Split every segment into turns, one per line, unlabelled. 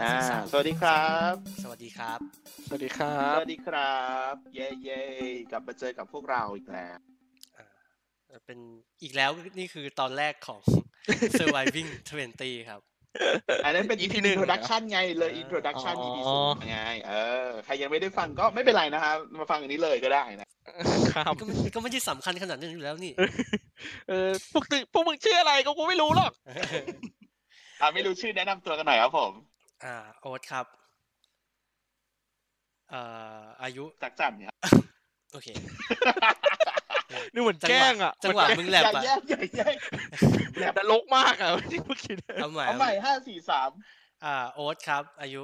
อ่า
สั้น
สวัสดีครับ
ๆสวัสดีครับ
สวัสดีครั
ส
บ
วัสดีครับ เย้เย้กลับมาเจอกับพวกเราอีกแล้ว
เป็นอีกแล้วนี่คือตอนแรก ของ surviving 20 ครับ
อันนั้นเป็น
EP หนึ่ง
อินโทรดักชันไงเลย
อ่า
อินโทรดักชัน
อ๋
อี
อ
พีศูนย์ไงเออใครยังไม่ได้ฟังก็ไม่เป็นไรนะครับ มาฟังอันนี้เลยก็ได้นะ
ครับ
ก็ไม่ก็ไม่ได้สำคัญขนาดนั้นอยู่แล้วนี่
เออพวกตึพวกมึงชื่ออะไรก็กูไม่รู้หรอก
อ่าไม่รู้ชื่อแนะนำตัวกันหน่อยครับผม
อ่าโอ๊ตครับเอ่ออายุ
จักรจันทร์เนี่ย
โอ เค
นี่เหมือน
จัง
แก
หวะ
ล้งอ่ะ
จังหวะ
มัน
มึงแลบ
อย่า
อ่ะ
แยกอย่าแยก
นรกมากอ่ะ ที่เมื่อกี้เนี่ย
เอาใหม่
เอาใหม่ห้าสี่สาม
อ่าโอ๊ตครับ อายุ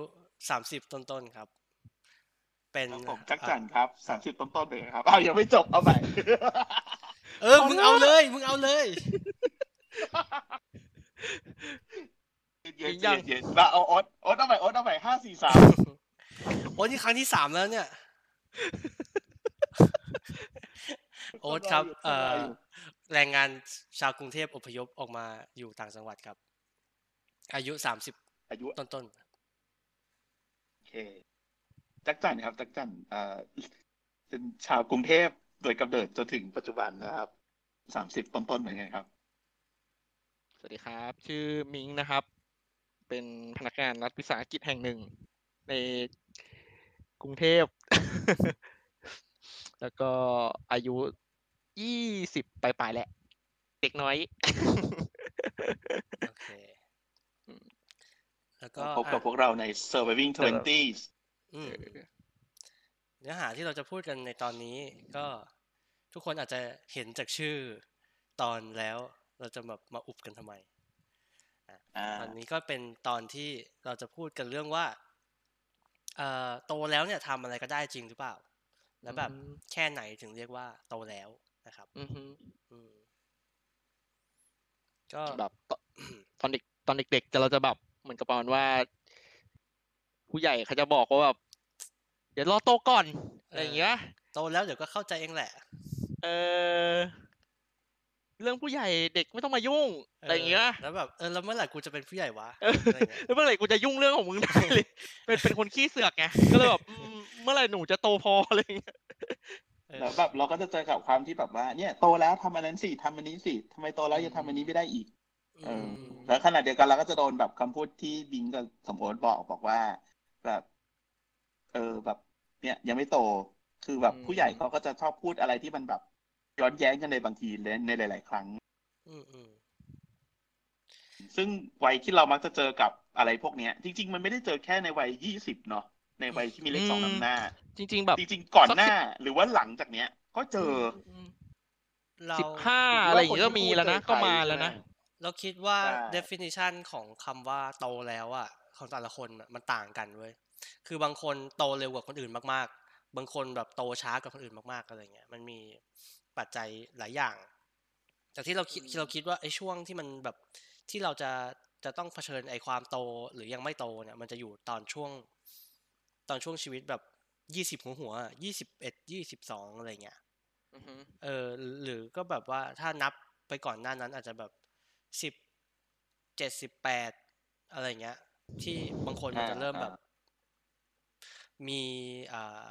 30 ต้นๆครับ เป็น
ครับผมจักรจันทร์ครับสามสิบต้นๆเลยครับอ้าวยังไม่จบเอาใหม่
เออมึงเอาเลย มึงเอาเลย
เย็นๆเย็นๆเย็นๆมาเอาโอ๊ตโอ๊ตเอาใหม่โอ๊ตเอาใหม่ห้าสี่สาม
โอ๊ตนี่ครั้งที่สามแล้ว เนี่ย โอ๊ตครับ
รออยู่
เอ่
รอ
อ
อยู่
แรงงานชาวกรุงเทพอพยพออกมาอยู่ต่างจังหวัดครับ อายุสามสิบ
อายุ
ต้นต้น
โอเคจักรจันทร์ครับจักรจันทร์เอ่อเป็นชาวกรุงเทพโดยกำเนิดจนถึงปัจจุบันนะครับสามสิบต้นๆเหมือนกันครับ
สวัสดีครับ ชื่อมิงนะครับ เป็นพนักงานรัฐวิสาหกิจแห่งหนึ่ง ในกรุงเทพ แล้วก็อายุยี่สิบปลายๆแหละ เด็กน้อย
ๆโอเค
อืม
แล้วก็
พบกับ
อ่ะ
พวกเราใน surviving twenties
อื
เอ
ม
อ
เนื้อหาที่เราจะพูดกันในตอนนี้ก็ทุกคนอาจจะเห็นจากชื่อตอนแล้วเราจะแบบมาอุบกันทำไม
อ่า
ตอนนี้ก็เป็นตอนที่เราจะพูดกันเรื่องว่าเอ่อโตแล้วเนี่ยทำอะไรก็ได้จริงหรือเปล่า แล้วแบบ
อืม
แค่ไหนถึงเรียกว่าโตแล้วนะครับ
อือฮึ
อืมก็
แบบตอนตอนเด็ก ตอนเด็กๆจะเราจะแบบเหมือนกับประมาณว่า ผู้ใหญ่เขาจะบอกว่าแบบเดี๋ยวรอโตก่อนอะไรอย่างเงี้ย
โตแล้วเดี๋ยวก็เข้าใจเองแหละ
เออเรื่องผู้ใหญ่เด็กไม่ต้องมายุ่งอะไรอย่างเงี้ย
แล้วแบบเออแล้วเมื่อไหร่กูจะเป็นผู้ใหญ่วะ
เอออ
อะไรเงี้ย
แล้วเมื่อไหร่กูจะยุ่งเรื่องของมึ งได้เลย เป็นเป็นคนขี้เสือกไงก็เลยแบบอืมเมื่อไหร่หนูจะโตพออะไรอย่างเงี้ย
เออ
แล้วแบบเราก็จะเจอกับความที่แบบว่า เนี่ยโตแล้วทำอันนั้นสิทำอันนี้สิทำไมโตแล้วยังทำอันนี้ไม่ได้อีก เออ
ม
แล้วขณะเดียวกันเราก็จะโดนแบบคำพูดที่บิงกับสมโอนบอกบอกว่า แบบ เออแบบ เนี่ย ยังไม่โตคือแบบผู้ใหญ่เขาก็จะชอบพูดอะไรที่มันแบบย้อนแย้งกันในบางทีและในหลาย ๆ ครั้ง
อืมอืม
ซึ่งวัยที่เรามักจะเจอกับอะไรพวกเนี้ย จริง ๆ มันไม่ได้เจอแค่ในวัยยี่สิบเนาะในวัยที่มีเลขสองนำหน้า
จริง ๆ แบบ
จริง ๆ ก่อนหน้าหรือว่าหลังจากเนี้ย ก็เจอ
เรา
สิบห้าอะไรอย่างเงี้ยก็มีแล้วนะ ก็มาแล้วนะ
เราคิดว่า
ใช่
definition ของคำว่าโตแล้วอ่ะของแต่ละคนอะมันต่างกันเว้ยคือบางคนโตเร็วกว่าคนอื่นมากๆ บางคนแบบโตช้ากว่าคนอื่นมากๆอะไรเงี้ยมันมีปัจจัยหลายอย่างแต่ที่เราคิดที่เราคิดว่าไอ้ช่วงที่มันแบบที่เราจะจะต้องเผชิญไอ้ความโตหรือยังไม่โตเนี่ยมันจะอยู่ตอนช่วง ตอนช่วงชีวิตแบบยี่สิบหัวหัวยี่สิบเอ็ดยี่สิบสองอะไรเงี้ย เออหรือก็แบบว่าถ้านับไปก่อนหน้านั้นอาจจะแบบสิบเจ็ดสิบแปดอะไรเงี้ย ที่บางคนมัน
อ่า
จะเริ่มแบบ มีอ่า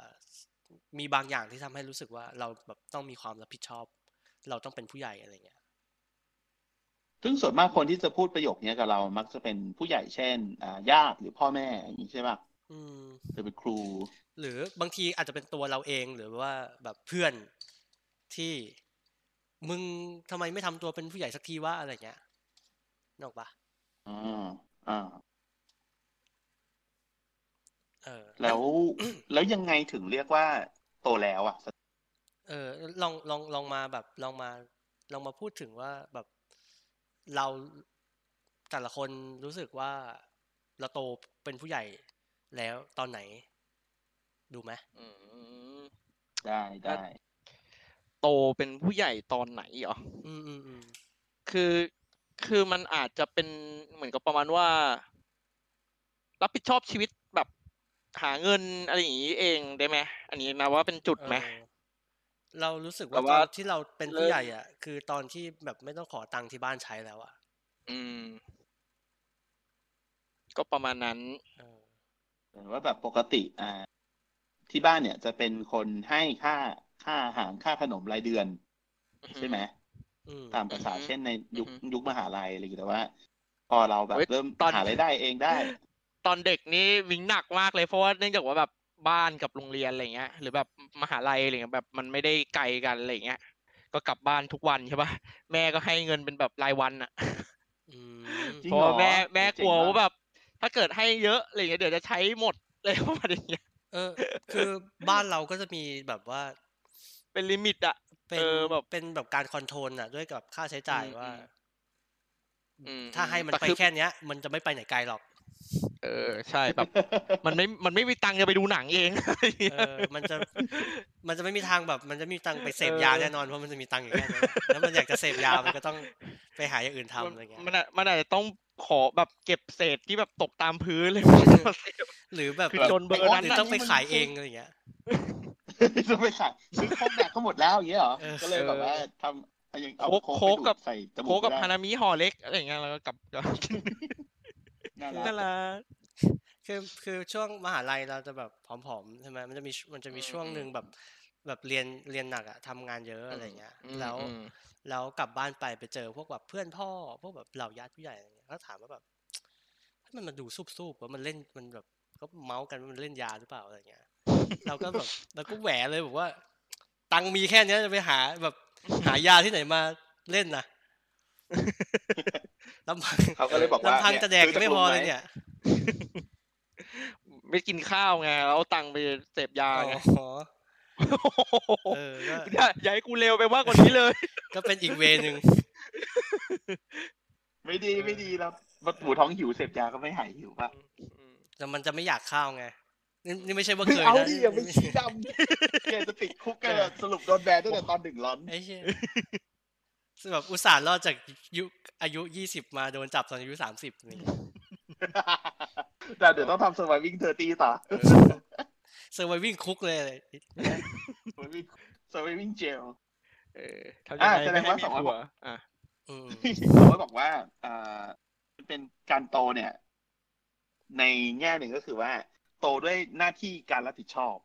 มีบางอย่างที่ทำให้รู้สึกว่าเราแบบต้องมีความรับผิดชอบ เราต้องเป็นผู้ใหญ่อะไรเงี้ย
ซึ่งส่วนมากคนที่จะพูดประโยคเนี้ยกับเรา มักจะเป็นผู้ใหญ่เช่นอ่าญาติหรือพ่อแม่อย่างนี้ใช่ป่ะ
อืม
หรือเป็นครู
หรือบางทีอาจจะเป็นตัวเราเองหรือว่าแบบเพื่อนที่มึงทำไมไม่ทำตัวเป็นผู้ใหญ่สักทีวะอะไรเงี้ยนกออกปะ
อ่าอ่า
เออ
แล้ว แล้วยังไงถึงเรียกว่าโตแล้วอ่ะ
เออลองลองลองมาแบบลองมาลองมาพูดถึงว่าแบบเราแต่ละคนรู้สึกว่าเราโตเป็นผู้ใหญ่แล้วตอนไหน ดูไหม
ได้ได้
โตเป็นผู้ใหญ่ตอนไหนเหรอ
อืมอืมอืม
คือคือมันอาจจะเป็นเหมือนกับประมาณว่า รับผิดชอบชีวิตแบบหาเงินอะไรอย่างนี้เองได้ไหมอันนี้นะว่าเป็นจุดไหม
เออเรารู้สึก
แต่
ว่าต
ว่า
อนที่เราเป็นผู้
เริ่ม
ใหญ่อ่ะ คือตอนที่แบบไม่ต้องขอตังค์ที่บ้านใช้แล้วอ่ะ
อืม ก็ประมาณนั้น
เออ
เหมือนว่าแบบปกติอ่า ที่บ้านเนี่ยจะเป็นคนให้ค่าค่าอาหารค่าขนมรายเดือน
อือฮึ
ใช่ไหม
อืม
ตามภาษา
อือฮึ
เช่นในยุค
อือฮึ
ยุคมหาลัยอะไรอย่างเงี้ยแต่ว่า พอเราแบบ
เฮ้ย
เริ่ม
ตอน
หารายได้เองได้
ตอนเด็กนี่วิ่งหนักมากเลยเพราะว่าเนื่องจากว่าแบบบ้านกับโรงเรียนอะไรเงี้ย หรือแบบมหาลัยอะไรเงี้ยแบบมันไม่ได้ไกลกันอะไรเงี้ย ก็กลับบ้านทุกวันใช่ปะแม่ก็ให้เงินเป็นแบบรายวันอะ
อืม
จริง
เพราะว่าแม่
เหรอ
แม่
เจ๋
ก
ง
ลัว
มาก
ว่าแบบถ้าเกิดให้เยอะอะไรเงี้ยเดี๋ยวจะใช้หมดเลยประมาณอย่างเงี้ย
เออ คือบ้านเราก็จะมีแบบว่า
เป็นลิมิตอะ
เป็น
เออแบบ
เป็นแบบการคอนโทรลอ่ะ ด้วยกับค่าใช้จ่าย
อืม
ว่า
อืม อืม
ถ้าให้มัน
แต่
ไป
คือ
แค่เนี้ย มันจะไม่ไปไหนไกลหรอก
เออใช่แบบ มันไม่มันไม่มีตังค์จะไปดูหนังเอง
เอ อ มันจะ มันจะไม่มีทางแบบ มันจะไม่มีตังค์ไปเสพยา
เออ
แน่นอนเพราะมันจะมีตังค์อยู่แค่นั้นแล้วมันอยากจะเสพยา มันก็ต้องไปหาอย่างอื่นทำ
มัน
อะไรเงี้ย
มันอะมันอาจจะต้องขอแบบเก็บเศษที่แบบตกตามพื้น เลย
หรือแบบ
คือ
แบบ
จนเบอร์นั้น
หรือ
อะ
ต้องไปขายเองอะไรเงี้ย
จะไปขายซื้อโคกแดกก็หมดแล้วอย่างเงี้ยเหรอ
เออ
ก็เลยแบบว่าทำเอายังเอา
โค้
โคก
กโค้
ไป
ก
ดู
กับ
ดใส่จมู
โค
ก
กับ
ได้
ฮานามิห่อเล็กอะไรอย่างเงี้ยแล้วก็กลับกลับ
น่า
น่า
รัก
รัก
คือคือช่วงมหาลัยเราจะแบบผอมๆใช่ไหมมันจะมีชมันจะมี
อืม
ช่วงหนึ่ง
อืม
แบบแบบเรียนเรียนหนักอะทำงานเยอะอะไรเงี้ย
อืม
แล้ว
อืม
แล้วกลับบ้านไปไปเจอพวกแบบเพื่อนพ่อ พวกแบบเหล่าญาติผู้ใหญ่อะไรเงี้ยเขาถามว่าแบบ ให้มันมาดูซูบๆูว่ามันเล่นมันแบบเขาเมาส์กันว่ามันเล่นยาหรือเปล่าอะไรเงี้ย เราก็แบบ เราก็แหวะเลยบอกว่า ตังค์มีแค่เนี้ยจะไปหาแบบหายาที่ไหนมาเล่นนะ ลำพัง
เขาก็เลยบอกว่า
ลำพัง
เนี่ย
จะแดกยั
ซื้อ
งไม่
จาก
พ
ลุ
อง เลย
ไหม
เนี่ย
ไม่กินข้าวไงแล้วเอาตังค์ไปเสพยาไง
อ๋อ เออก็
อย่าอย่าให้กูเร็วไปมากกว่านี้เลย
ก็เป็นอีกเวนึง
ไม่ดีไม่ดีแล้วมาปู่ท้องหิวเสพยาก็ไม่หายหิวป่ะ
แต่มันจะไม่อยากข้าวไง นี่นี่ไม่ใช่ว่าเคย
เอา
นะ
ดิอย่าไปชี้ดำแกจะติดคุกกันสรุปโดนแบนตั้งแต่ ตอนหนึ่งร้อน
ไอ้เหี้ยซึ่งแบบอุตส่าห์รอดจากยุคอายุยี่สิบมาโดนจับตอนอายุสามสิบนี่
แต่เดี๋ยวต้องทำ surviving 30 ต่อ
เซอร์ไววิ่งคุกเลย
surviving surviving jail
เออทำยังไง
อ่ะแสดง
ไม่ให้
ว่า
มี
สองร้อย
ผัวอ่ะ
อืม
เขาก็บอกว่าเอ่อมันเป็นการโตเนี่ย ในแง่หนึ่งก็คือว่า โตด้วยหน้าที่การรับผิดชอบ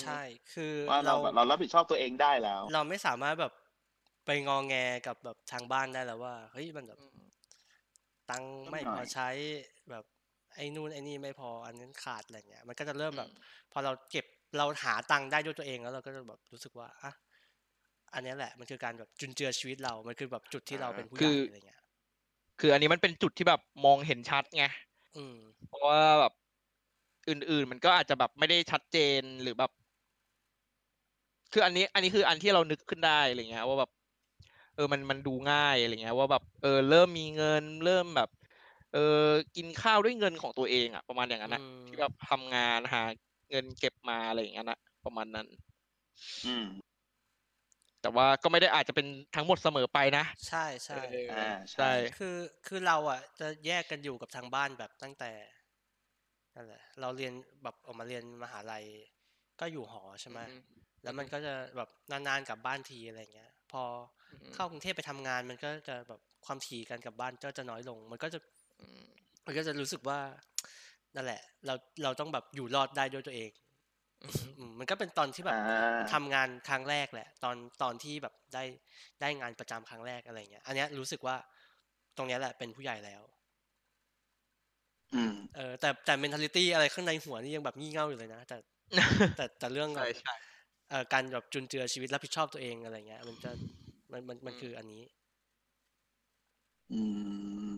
ใช่คือ
ว่าเรา
เรา
แบบเรารับผิดชอบตัวเองได้แล้ว
เราไม่สามารถแบบไปงอแงกับแบบทางบ้านได้แล้วว่า เฮ้ยมันแบบตังค์ไม่
ต้องหน่
พอ
อย
ใช้แบบไอ้นู่นไอ้นี่ไม่พออันนั้นขาดอะไรเงี้ย มันก็จะเริ่มแบบ พอเราเก็บเราหาตังค์ได้ด้วยตัวเองแล้วเราก็จะแบบรู้สึกว่าอ่ะอันเนี้ยแหละมันคือการแบบจุนเจือชีวิตเรา มันคือแบบจุดที่เราเป็นผู้ใหญ่อะไรเงี้ย
คืออันนี้มันเป็นจุดที่แบบมองเห็นชัดไง
อืม
เพราะว่าแบบอื่น ๆ มันก็อาจจะแบบไม่ได้ชัดเจนหรือแบบ คืออันนี้ อันนี้คืออันที่เรานึกขึ้นได้อะไรเงี้ยว่าแบบ เออมันมันดูง่ายอะไรเงี้ย ว่าแบบเออเริ่มมีเงิน เริ่มแบบ เออกินข้าวด้วยเงินของตัวเองอะประมาณอย่างนั้นนะ
อืม
ที่แบบทำงานหาเงินเก็บมาอะไรอย่างนั้นนะประมาณนั้น
อืม
แต่ว่าก็ไม่ได้อาจจะเป็นทั้งหมดเสมอไปนะ
ใช่ใช่
เอออา
ใช่
ใช่
คือคือเราอ่ะจะแยกกันอยู่กับทางบ้านแบบตั้งแต่นั่นแหละเราเรียนแบบออกมาเรียนมหาลัยก็อยู่หอใช่ไหม
อืม
แล้ว
อือฮึ
มันก็จะแบบนานๆกลับบ้านทีอะไรเงี้ย พอ
อืม
เข้ากรุงเทพไปทำงาน มันก็จะแบบความถี่การกลับบ้านก็จะน้อยลง มันก็จะ
อืม
มันก็จะรู้สึกว่า นั่นแหละ เราเราต้องแบบอยู่รอดได้ด้วยตัวเอง
อืม
อืมมันก็เป็นตอนที่แบบ
อ่า
ทำงานครั้งแรกแหละ ตอนตอนที่แบบได้ได้งานประจำครั้งแรกอะไรเงี้ย อันเนี้ยรู้สึกว่าตรงเนี้ยแหละเป็นผู้ใหญ่แล้ว
อืม
เออแต่แต่ mentality อะไรข้างในหัวนี่ยังแบบงี่เง่าอยู่เลยนะ แต่แต่แต่เรื่องแบ
ใช่
บ
ใช่
เอ่อการแบบจุนเจือชีวิตรับผิดชอบตัวเองอะไรเงี้ย มันจะมันมันมันคืออันนี้
อืม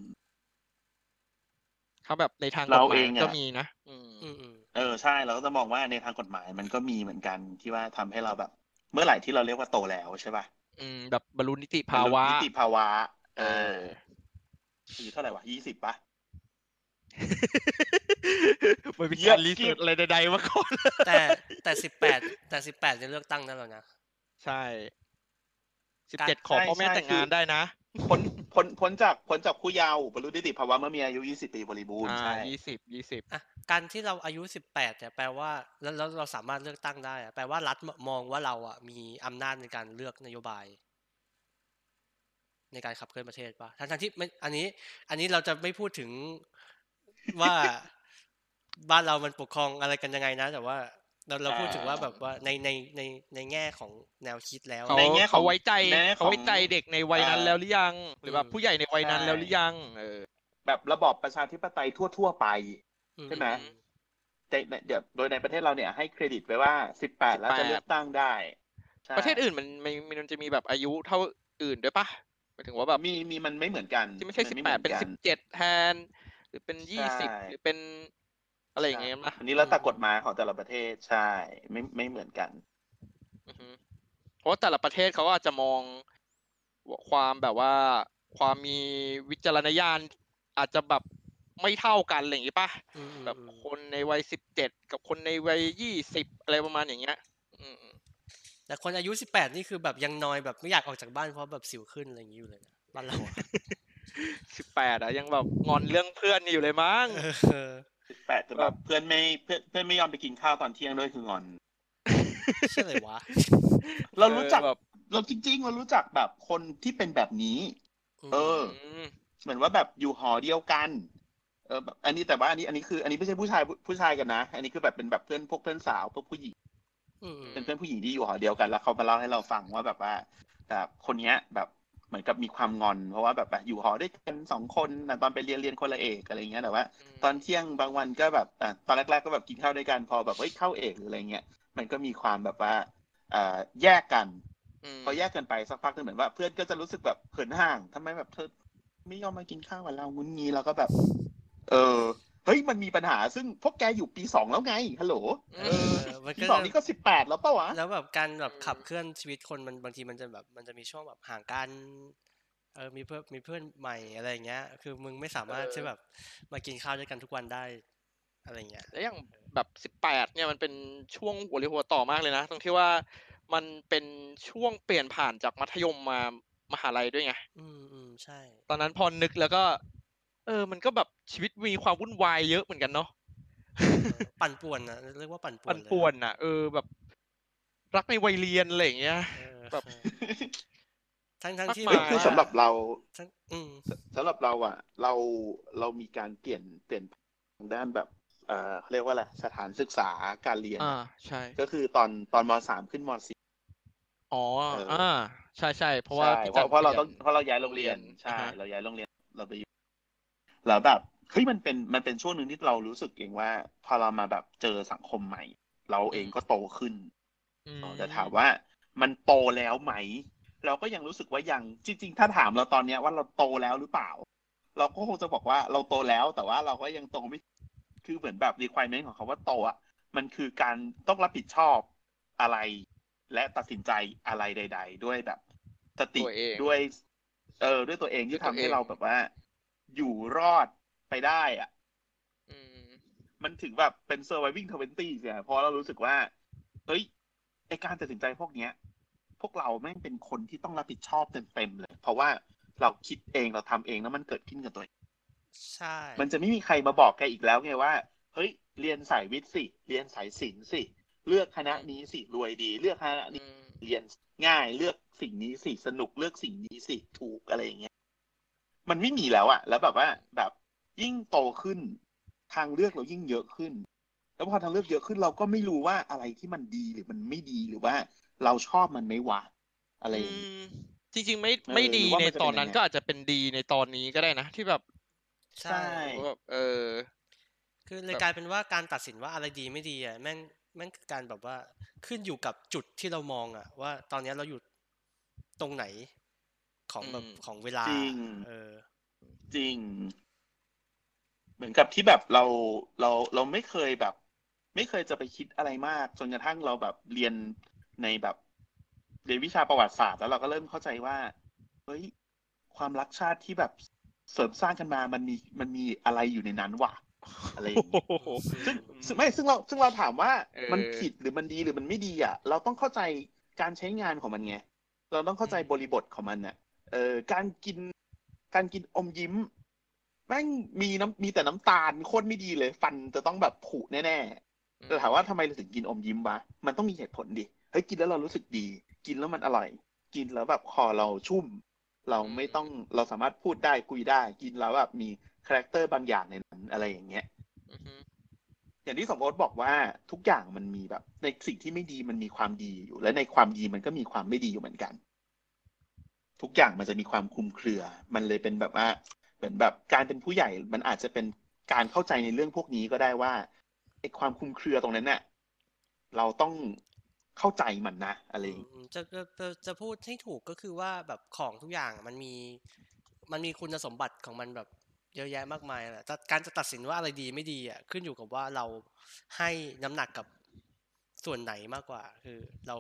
ถ้าแบบในทางกฎ
เรา
หมา
เอย ง
มันก็
อะ
มีนะอืม
อืมอืม
เออใช่เราก็จะมองว่าในทางกฎหมายมันก็มีเหมือนกันที่ว่าทำให้เราแบบ เมื่อไหร่ที่เราเรียกว่าโตแล้วใช่ป่ะ
อืมแบบบรรลุนิติภาวะ
นิติภาวะ เอ
เอ
อ
อ
อายุเท่าไหร่วะยี่สิบป่ะ
ไม่มี
เยี่
กาย ร
ม
รี
กิ๊
เสิร์
บ
ชอะไรใดๆมาก่อน
แต่แต่สิบแปดแต่สิบแปดจะเลือกตั้งได้แล้วนะ
ใช่สิบ
การ
เจ็ดขอพ่อแม่
ใช่
แต่ง
คื
งา
อ
นได้นะ
พ้น พ้นพ้นจากพ้นจากผู้เยาว์บรรลุนิติภาวะเมื่อมีอายุยี่สิบปีบริบูรณ์
อ่า
ใช่
ยี่สิบยี่สิบ
อ่ะการที่เราอายุสิบแปดเนี่ยแปลว่าแล้วแล้วเราสามารถเลือกตั้งได้อะแปลว่ารัฐมองว่าเราอ่ะมีอำนาจในการเลือกนโยบาย ในการขับเคลื่อนประเทศป่ะทั้งทที่ไม่อันนี้ อันนี้เราจะไม่พูดถึงว่า บ้านเรามันปกครองอะไรกันยังไงนะ แต่ว่าเราเรา
อ่า
พูดถึงว่าแบบว่าในในในในแง่ของแนวคิดแล้ว
เขา
ในแง่ของ
เขาไว้ใจ
ในแง่ของ
เขาไว้ใจเด็กในวัยนั้น
อ่า
แล้วหรือยัง หรือว่า
อืม
ผู้ใหญ่ในวัยนั้น
ใช่
แล้วหรือยัง เออ
แบบระบอบประชาธิปไตยทั่ว ๆ ไป
อื
ใช่ไหม แต่ในเดี๋ยวโดยในประเทศเราเนี่ยให้เครดิตไปว่า 18 แล้วจะเลือกตั้งได้ใช่
ประเทศอื่นมันมันมันจะมีแบบอายุเท่าอื่นด้วยปะหมายถึงว่าแบบ
มีมีมันไม่เหมือนกัน
ที่ไม่ใช่
น
สิบ
ห
แป
มื
ด
อ
เป็น
กั
สิบเจ็ดแทน หรือเป็นยี่สิบ
ใช่
หรือเป็นอะไรอย่างเงี้ยปะ
อันนี้แล้วแต่กฎหมายของแต่ละประเทศใช่ ไม่ไม่เหมือนกัน
อือฮึเพราะว่าแต่ละประเทศเขาก็อาจจะมองความแบบว่า ความมีวิจารณญาณอาจจะแบบไม่เท่ากันอะไรอย่างงี้ปะ
อืมอืม
แบบ
อืม
คนในวัยสิบเจ็ดกับคนในวัยยี่สิบอะไรประมาณอย่างเงี้ย อืม
แต่คนอายุสิบแปดนี่คือแบบยังนอยแบบไม่อยากออกจากบ้านเพราะแบบสิวขึ้นอะไรอย่างนี้อยู่เลยนะบ้านเราอะ
สิบแปดอะยังแบบงอนเรื่องเพื่อนอยู่เลยมั้ง
เออ
18จะแบบเพื่อนไม่เพื่อนเพื่อนไม่ยอมไปกินข้าวตอนเที่ยงด้วยคืองอน
ใช่เลยวะ
เรารู้จัก
เออแบบ
เราจริง ๆ เรารู้จักแบบคนที่เป็นแบบนี้
ม
เออ
ม
เหมือนว่าแบบอยู่หอเดียวกัน เออแบบอันนี้แต่ว่าอันนี้อันนี้คือ อันนี้ไม่ใช่ผู้ชายผู้ชายกันนะ อันนี้คือแบบเป็นแบบเพื่อนพวกเพื่อนสาวพวกผู้หญิง
อืมอืม
เป็นเพื่อนผู้หญิงที่อยู่หอเดียวกันแล้วเขามาเล่าให้เราฟังว่าแบบว่าแบบคนเนี้ยแบบเหมือนกับมีความงอน เพราะว่าแบบอ่ะอยู่หอด้วยกันสองคนนะตอนไปเรียนเรียนคนละเอกอะไรเงี้ยแต่ว่า ตอนเที่ยงบางวันก็แบบอ่ะตอนแรกๆก็แบบกินข้าวด้วยกันพอแบบเฮ้ยเข้าเอกหรืออะไรเงี้ยมันก็มีความแบบว่าอ่าแยกกัน
ม
พอแยกกันไปสักพักหนึงเหมือนว่าเพื่อนก็จะรู้สึกแบบเขินห่างทำไมแบบเธอไม่ยอมมากินข้าวกับเรางุนงีเราก็แบบ เออเฮ้ยมันมีปัญหาซึ่งพวกแกอยู่ปีสองแล้วไงฮัลโหล
เอ
เอ
อ
อ
มัน
ปี
ก็
สอง
จะ
นี่ก็สิบแปดแล้วเปล่าวะ
แล้วแบบการแบบ
อืม
ขับเคลื่อนชีวิตคนมันบางทีมันจะแบบมันจะมีช่วงแบบห่างกันเออมีเพื่อนมีเพื่อนใหม่อะไรอย่างเงี้ย คือมึงไม่สามารถใช่แบบมากินข้าวด้วยกันทุกวันได้อะไรอย่างเงี้ย
แล้วอย่างแบบสิบแปดเนี่ยมันเป็นช่วงหัวเรียวหัวต่อมากเลยนะตรงที่ว่ามันเป็นช่วงเปลี่ยนผ่านจากมัธยมมามหาลัยด้วยไง
อืมอืมใช่
ตอนนั้นพอนึกแล้วก็ เออ มันก็แบบชีวิตมีความวุ่นวายเยอะเหมือนกันเนาะ
ปั่นป่วนนะเรียกว่าปั่นป่ว
ปั
น
น
เลย
ป่วนอ่ะ เออแบบ รักในวัยเรียนอะไรอย่างเงี้ย
เออ
แบบ
เออทั้งทั้ง
มาก
ที่
มาย
เฮ้ยคือสำหรับเรา
ทั้งอืม
สำหรับเราอะเราเรามีการเปลี่ยนเปลี่ยนทางด้านแบบเอ่อเขาเรียกว่าอะไรสถานศึกษาการเรียน
อ่า
อะ
ใช่
ก็คือตอนตอนมสามขึ้นมสี่
อ๋อ
เอออ่
อ่า ใช่ใช่เพราะว่า
ใช่
พี่
เพ
จัน
ราะเพราะเรา
ปลี่ยน
ต้องเพราะเราย้ายโรงเรียน
โรงเรียน
ใช่
อ่าฮะ
เราย้ายโรงเรียนเราไปอยู่แล้วแบบเฮ้ยมันเป็นมันเป็นช่วงหนึ่งที่เรารู้สึกเองว่า พอเรามาแบบเจอสังคมใหม่ เราเองก็โตขึ้น
อืม
อ๋อแต่ถามว่ามันโตแล้วไหม เราก็ยังรู้สึกว่ายังจริง ๆ ถ้าถามเราตอนเนี้ยว่าเราโตแล้วหรือเปล่า เราก็คงจะบอกว่าเราโตแล้วแต่ว่าเราก็ยังโตไม่คือเหมือนแบบ requirement ของคาว่าโตอ่ะมันคือการต้องรับผิดชอบอะไร และตัดสินใจอะไรใด ๆ ด้วยแบบสติ
ตัวเอง
ด้วย เออด้วยตัวเองที่ทำ
ด้วยตัวเอง
ให้เราแบบว่า อยู่รอดไปได้อ่ะ
อืม
มันถึงแบบเป็น surviving twenty เนี่ยเพราะเรารู้สึกว่า เฮ้ยไอการตัดสินใจพวกเนี้ย พวกเราแม่งเป็นคนที่ต้องรับผิดชอบเต็มๆเลย เพราะว่าเราคิดเองเราทำเองแล้วมันเกิดขึ้นกับตัวเอง
ใช่
มันจะไม่มีใครมาบอกแกอีกแล้วไงว่า เฮ้ย เรียนสายวิทย์สิ เรียนสายศิลป์สิ เลือกคณะนี้สิ รวยดี เลือกคณะนี้
อืม
เรียนง่ายเลือกสิ่งนี้สิสนุกเลือกสิ่งนี้สิถูกอะไรอย่างเงี้ยมันไม่มีแล้วอะแล้วแบบว่าแบบยิ่งโตขึ้น ทางเลือกเรายิ่งเยอะขึ้น แล้วพอทางเลือกเยอะขึ้นเราก็ไม่รู้ว่าอะไรที่มันดีหรือมันไม่ดีหรือว่า เราชอบมันไหม่วะอะไรอย่างเงี้ย
มจริง ๆ ไม่ไม่
เออ
ดี
หรือว่า
ใน
มันจะเป็น
ตอนนั้น
ยังไง
ก็อาจจะเป็นดีในตอนนี้ก็ได้นะ ที่แบบ
ใช่
ใช่
แบบเออ
คือเลย
แบบ
กลายเป็นว่าการตัดสินว่าอะไรดีไม่ดีอ่ะแม่งแม่งคือการแบบว่าขึ้นอยู่กับจุดที่เรามองอ่ะ ว่าตอนเนี้ยเราอยู่ตรงไหนของแบบ
อืม
ของเวลา
จริง
เออ
จริง เหมือนกับที่แบบเราเราเราไม่เคยแบบ ไม่เคยจะไปคิดอะไรมากจนกระทั่งเราแบบเรียนในแบบเรียนวิชาประวัติศาสตร์แล้วเราก็เริ่มเข้าใจว่าเฮ้ยความรักชาติที่แบบเสริมสร้างกันมามันมีมันมีอะไรอยู่ในนั้นวะอะไรอย่างเงี้ย
โอ้โห
ซึ่งซึ่งไม่ซึ่งเราซึ่งเราถามว่า
เออ
มันผิดหรือมันดีหรือมันไม่ดีอ่ะ เราต้องเข้าใจการใช้งานของมันไง เราต้องเข้าใจบริบทของมันน่ะ เออการกิน การกินอมยิ้ม แม่งมีน้ำมีแต่น้ำตาลโคตรไม่ดีเลย ฟันจะต้องแบบผุแน่ๆแต่ถามว่าทำไมเราถึงกินอมยิ้มวะ มันต้องมีเหตุผลดิ เฮ้ยกินแล้วเรารู้สึกดี กินแล้วมันอร่อย กินแล้วแบบคอเราชุ่ม เราไม่ต้องเราสามารถพูดได้คุยได้ กินแล้วแบบมีคาแรคเตอร์บางอย่างในนั้นอะไรอย่างเงี้ย
อือฮึ
อย่างที่สมโอ๊ตบอกว่าทุกอย่างมันมีแบบ ในสิ่งที่ไม่ดีมันมีความดีอยู่ และในความดีมันก็มีความไม่ดีอยู่เหมือนกัน ทุกอย่างมันจะมีความคลุมเครือ มันเลยเป็นแบบว่าเหมือนแบบการเป็นผู้ใหญ่ มันอาจจะเป็นการเข้าใจในเรื่องพวกนี้ก็ได้ว่าไอ้ความคลุมเครือตรงนั้นเนี่ยเราต้องเข้าใจมันนะอะไรอย่างเงี้ย
อืมจะจะจะจะพูดให้ถูกก็คือว่าแบบของทุกอย่างมันมี มันมีคุณสมบัติของมันแบบเยอะแยะมากมายแหละแต่การจะตัดสินว่าอะไรดีไม่ดีอ่ะขึ้นอยู่กับว่าเราให้น้ำหนักกับส่วนไหนมากกว่า คือเรา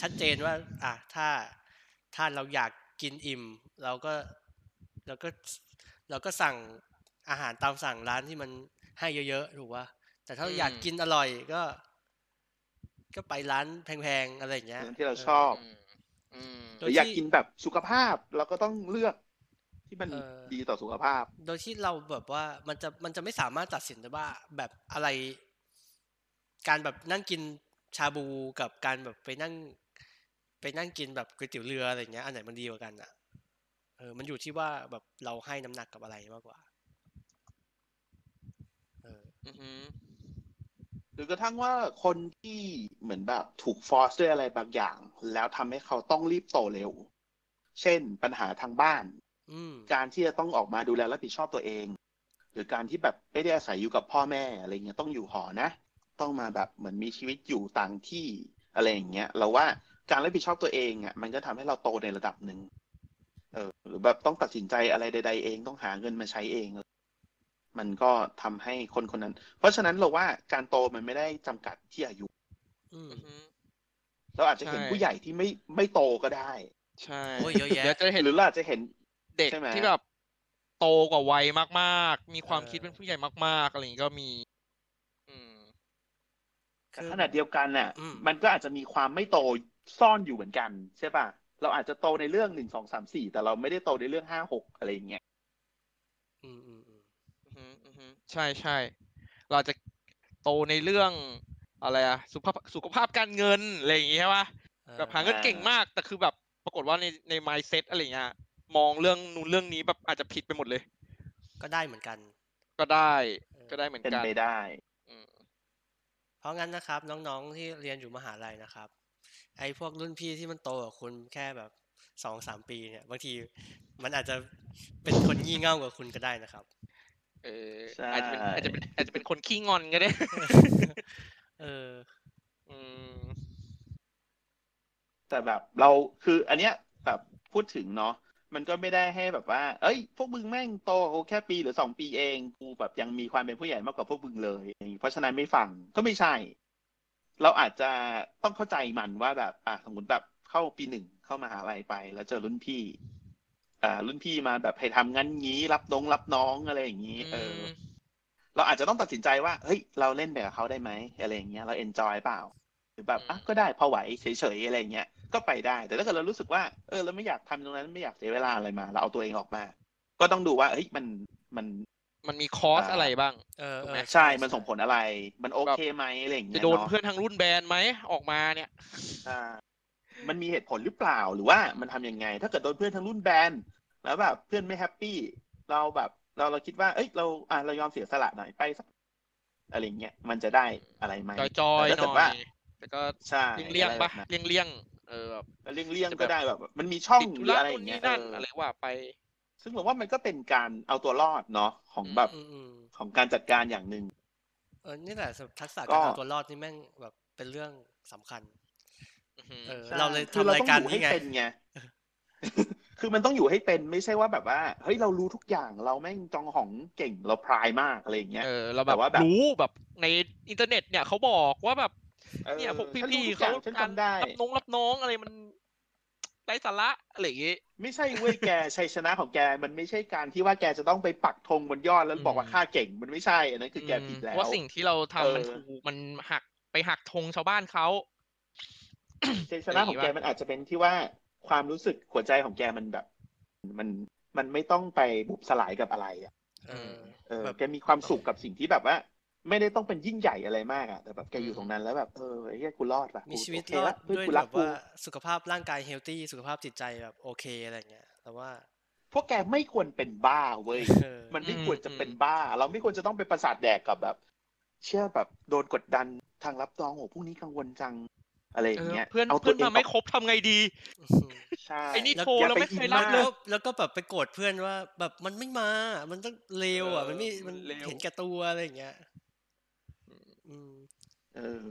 ชัดเจนว่าอ่ะถ้าถ้าเราอยากกินอิ่ม เราก็เราก็เราก็สั่งอาหารตามสั่งร้านที่มันให้เยอะๆถูกป่ะแต่ถ้าเราอยาก
อืม
กินอร่อยก็ ก็ไปร้านแพงๆอะไรอย่างเงี้ย
ร้านที่เรา
ออ
ชอบ
อืมอืม
หรืออยากกินแบบสุขภาพเราก็ต้องเลือกที่มัน
เออ
ดีต่อสุขภาพ
โดยที่เราแบบว่ามันจะมันจะไม่สามารถตัดสินได้ว่าแบบอะไร การแบบนั่งกินชาบูกับการแบบไปนั่ง ไปนั่งกินแบบก๋วยเตี๋ยวเรืออะไรอย่างเงี้ยอันไหนมันดีกว่ากันอ่ะเออมันอยู่ที่ว่าแบบเราให้น้ำหนักกับอะไรมากกว่า เออ
อือหือ
หรือกระทั่งว่าคนที่เหมือนแบบถูกฟอร์สด้วยอะไรบางอย่าง แล้วทำให้เขาต้องรีบโตเร็ว เช่นปัญหาทางบ้าน
อืม
การที่จะต้องออกมาดูแลรับผิดชอบตัวเอง หรือการที่แบบไม่ได้อาศัยอยู่กับพ่อแม่อะไรเงี้ยต้องอยู่หอนะ ต้องมาแบบเหมือนมีชีวิตอยู่ต่างที่อะไรอย่างเงี้ยเราว่าการรับผิดชอบตัวเองอ่ะมันก็ทำให้เราโตในระดับหนึ่งเออหรือแบบต้องตัดสินใจอะไรใด ๆ เองต้องหาเงินมาใช้เอง มันก็ทำให้คนคนนั้น เพราะฉะนั้นเราว่าการโตมันไม่ได้จำกัดที่อายุ
อืม
อือหือ
เราอาจจะเห็น
ใช่
ผู้ใหญ่ที่ไม่ไม่โตก็ได้
ใช่
โอ้ยเยอะแยะ
เดี๋ยวจะเห็น
หรือเราอาจจะเห็น
เด็ก
ใช่ไหม
ที่แบบโตกว่าวัยมากๆ มีความ
เออ
คิดเป็นผู้ใหญ่มาก ๆ อะไรอย่างนี้ก็มี อืม
แต่
คือ
ขนาดเดียวกันน่ะ
อืม
มันก็อาจจะมีความไม่โตซ่อนอยู่เหมือนกัน ใช่ป่ะ เราอาจจะโตในเรื่องหนึ่งสองสามสี่แต่เราไม่ได้โตในเรื่องห้าหกอะไรอย่างเงี้ย
อืมอืมอืม
อือหืออือหือใช่ใช่ เราจะโตในเรื่องอะไรอะสุขภาพสุขภาพการเงินอะไรอย่างงี้ใช่ปะ
เออ
แบบหาเงินเก่งมาก แต่คือแบบปรากฏว่าในใน mindset อะไรอย่างเงี้ย มองเรื่องนู้นเรื่องนี้แบบอาจจะผิดไปหมดเลย
ก็ได้เหมือนกัน
ก็ได้
เออ
ก็ได้เหมือน
เป็น
กัน
ไปได้
อืม
เพราะงั้นนะครับ น้องๆที่เรียนอยู่มหาลัยนะครับ ไอ้พวกรุ่นพี่ที่มันโตกว่าคุณแค่แบบสองสามปีเนี่ย บางทีมันอาจจะเป็นคนงี่เง่ากว่าคุณก็ได้ นะครับ
เออ
ใช่
อาจจะเป็นอาจจะเป็นอาจจะเป็นคนขี้งอนก็ได้
เออ
อืม
แต่แบบเราคืออันเนี้ยแบบพูดถึงเนาะมันก็ไม่ได้ให้แบบว่า เอ้ย พวกมึงแม่งโตกูแค่ปีหรือสองปีเองกูแบบยังมีความเป็นผู้ใหญ่มากกว่าพวกมึงเลยอะไรอย่างงี้เพราะฉะนั้นไม่ฟังก็ไม่ใช่ เราอาจจะต้องเข้าใจมันว่าแบบอ่ะสมมติแบบเข้าปีหนึ่งเข้ามหาลัยไป แล้วเจอรุ่นพี่ อ่า รุ่นพี่มาแบบให้ทำงั้นงี้รับน้องรับน้องอะไรอย่างงี้เออ เราอาจจะต้องตัดสินใจว่าเฮ้ยเราเล่นไปกับเขาได้ไหมอะไรอย่างเงี้ยเราเอนจอยเปล่า หรือแบบ
อืม
อ่ะก็ได้พอไหวเฉยๆอะไรอย่างเงี้ยก็ไปได้ แต่ถ้าเกิดเรารู้สึกว่าเออเราไม่อยากทำตรงนั้นไม่อยากเสียเวลาอะไรมา เราเอาตัวเองออกมา ก็ต้องดูว่าเฮ้ยมันมัน
มันมีคอส
อ่า
อะไรบ้าง
เออ
ถูก
เอ
ไหม
อ
ใช่มันส่งผลอะไร มันโอเคไหมอะไรอย่าง
จะ
เงี้ย
โดน
เนาะ
เพื่อนทางรุ่นแบนไหมออกมาเนี่ย
อ่ามันมีเหตุผลหรือเปล่าหรือว่ามันทำยังไง ถ้าเกิดโดนเพื่อนทั้งรุ่นแบนแล้วแบบเพื่อนไม่แฮปปี้เราแบบเราเราคิดว่าเอ้ยเราอ่ะเรายอมเสียสละหน่อยไปสักอะไรอย่างเงี้ยมันจะได้อะไรไหม
จอยจอย
แต่
ๆห
ถ้าเกิด
น่อ
ว่า
ยแต่ก็
ใช่
เลี่ยงๆ
อ
ปะ
ไรแบบ
เลี่ยงเลี่ยงๆเออแบบ
นั้นเลี่ยงเลี่ยง
จะแบบ
ก็ได้แบบ มันมีช่อง
ติดธุ
หรือ
ระ
อะไรอ
นู่น
ย่างเงี้ย
นี่
เอ
นั่น
อ
อะไรว่าไป
ซึ่งผมว่ามันก็เป็นการเอาตัวรอดเนาะของแบบ
อืมอืม
ของการจัดการอย่างหนึ่ง
เออนี่แหละทักษะกา
ก็
รเอาตัวรอดนี่แม่งแบบเป็นเรื่องสำคัญ
อือหือ
เออ
ใช่
เราเลย
คือ
ทำรายการนี้ไง
เราต้องอยู่ให้เป็ นไง คือมันต้องอยู่ให้เป็นไม่ใช่ว่าแบบว่าเฮ้ยเรารู้ทุกอย่างเราแม่งจองหองเก่งเราพรายมากอะไรอย่างเงี้ย
เออเราแบ
แต่
บ
ว่าแบบ
รู้แบบในอินเทอร์เน็ตเนี่ยเขาบอกว่าแบบ
ออ
เนี่ยพวก
ฉันรู้
พี่
ทุ
ๆ
อย่
เขา
งฉัน
การ
ทำได้
รับน้องรับน้องอะไรมันไร้สาระอะไรอย่างงี้
ไม่ใช่เว้ยแกชัยชนะของแก มันไม่ใช่การที่ว่าแกจะต้องไปปักธงบนยอดแล้วบอกว่า
อืม
ข้าเก่ง มันไม่ใช่อันนั้นคือแก
ม
ผิดแล้ว
ว่าสิ่งที่เราทำมัน
เออ
ถูกมันหักไปหักธงชาวบ้านเขา
ชัยชนะของแก
อย่างนี้ปะ
มันอาจจะเป็นที่ว่าความรู้สึกหัวใจของแกมันแบบ มันมันไม่ต้องไปบุบสลายกับอะไรอ่ะ
เออ
เออ
แบบ
แกมีความสุขกับสิ่งที่แบบว่า ไม่ได้ต้องเป็นยิ่งใหญ่อะไรมากอ่ะแต่แบบแกอยู่ตรงนั้นแล้วแบบเออไอ้แกกูรอดว่ะ
มี
กู
ชีวิต
โเค
รอด
ละเพื่อน
ด้วย
กู
แบ
รัก
บ
กู
ว่าสุขภาพร่างกายเฮลตี้สุขภาพจิตใจแบบโอเคอะไรอย่างเงี้ยแต่ว่า
พวกแกไม่ควรเป็นบ้าเว้ย
เออ
มันไม่
อืม
ควรจะเป็น
อืม
บ้า เราไม่ควรจะต้องไปประสาทแดกกับแบบ เชื่อแบบโดนกดดันทางรับรองโอ้พรุ่งนี้กังวลจังอะไรอย่างเงี้ย
เออเพื่อน
เอา
เพื่
ตั
อ
ว
น
เอง
มาไม่ครบทำไงดี
อื้อหือ
ใช่
ไอ้นี่
แล้ว
โทรแล้วไม่เคยรับเล
แล้
ย
วแล้วก็แบบไปโกรธเพื่อนว่า แบบมันไม่มา มันต้องเลวอ่ะ
เออ
มันไม่
มั
มัน
นเลว
เห็นแก่ตัวอะไรอย่างเงี้ย อืม
เออ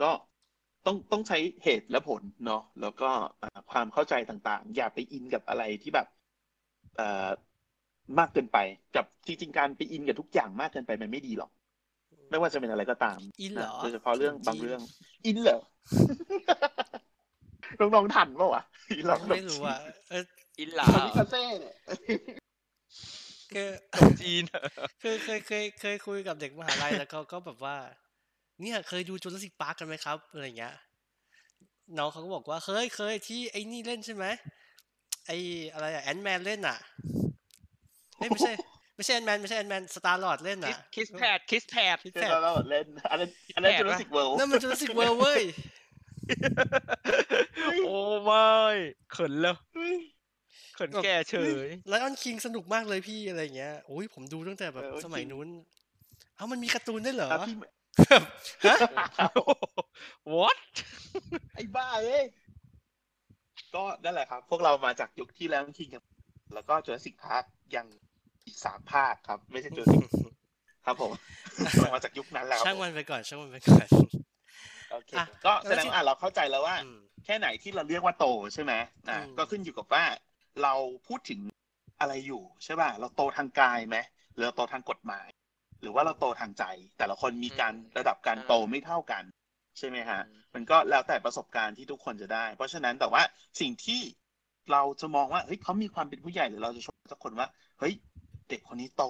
ก็ต้องต้องใช้เหตุและผลเนาะแล้วก็อ่าความเข้าใจต่างๆ อย่าไปอินกับอะไรที่แบบเอ่อมากเกินไป กับจริงๆการไปอินกับทุกอย่างมากเกินไปมันไม่ดีหรอก ไม่ว่าจะเป็นอะไรก็ตาม
อินเหรอ
โดยเฉพาะเรื่อง
จริงๆ
บางเรื่อง อินเหรอ น้องๆทันปะวะลอง
ไม่รู้อ่ะเออ
อินหลา
คามิคาเซ่เนี่ย
คือ
จีน
คือเคยเคยเคยคุยกับเด็กมหาลัย แล้วเขาก็แบบว่า เนี่ยเคยดูจูราสสิกปาร์กกันไหมครับอะไรอย่างเงี้ยน้องเขาก็บอกว่าเคยเคยที่ไอ้นี่เล่นใช่ไหมไอ้อะไรอะแอนแมนเล่นอ่ะเอ้ยไม่ใช่ ไม่ใช่แอนแมนไม่ใช่แอนแมนสตาร์ลอดเล่นอ่ะ
คิสแพดคิสแพด
คิด
เจ
แพ
อ
ด
แล้วเราเล่นอันนั้นอันนั้น
แปลก
จู
ปะ
ราสสิกเวิลด์
นั่นมันจูราสสิกเวิร์เว้ย
โอ้ไม่เขินแล้วเขินแก่เฉย
ไลออนคิงสนุกมากเลยพี่อะไรอย่างเงี้ยโอ้ยผมดูตั้งแต่แบบ
Lion
สมัย
King
นู้น เอ้ามันมีการ์ตูนได้วยเหรอ
อ่ะพี่
what
ไอ้บ้าเอ้ยก็นั่นแหละครับ พวกเรามาจากยุคที่แล้วคิงกันแล้วก็จูราสสิกพาร์คยังอีกสามภาคครับ ไม่ใช่จูราสสิ กครับผม เรามาจากยุคนั้นแล้ว
ช่างมันไปก่อนช่างมันไปก่อน
โอเค
อ่ะ
ก็แสดงว่าอ่ะเราเข้าใจแล้วว่า
อืม
แค่ไหนที่เราเรียกว่าโตใช่ไหมอ่ะ
อืม
ก็ขึ้นอยู่กับว่าเราพูดถึงอะไรอยู่ใช่ป่ะเราโตทางกายไหมหรือเราโตทางกฎหมาย หรือว่าเราโตทางใจ แต่ละคนมีการ
อืม
ระดับการ
อ่า
โตไม่เท่ากัน ใช่ไหมฮะ มันก็แล้วแต่ประสบการณ์ที่ทุกคนจะได้ เพราะฉะนั้นแต่ว่าสิ่งที่เราจะมองว่าเฮ้ยเขามีความเป็นผู้ใหญ่หรือเราจะชมสักคนว่าเฮ้ยเด็กคนนี้โต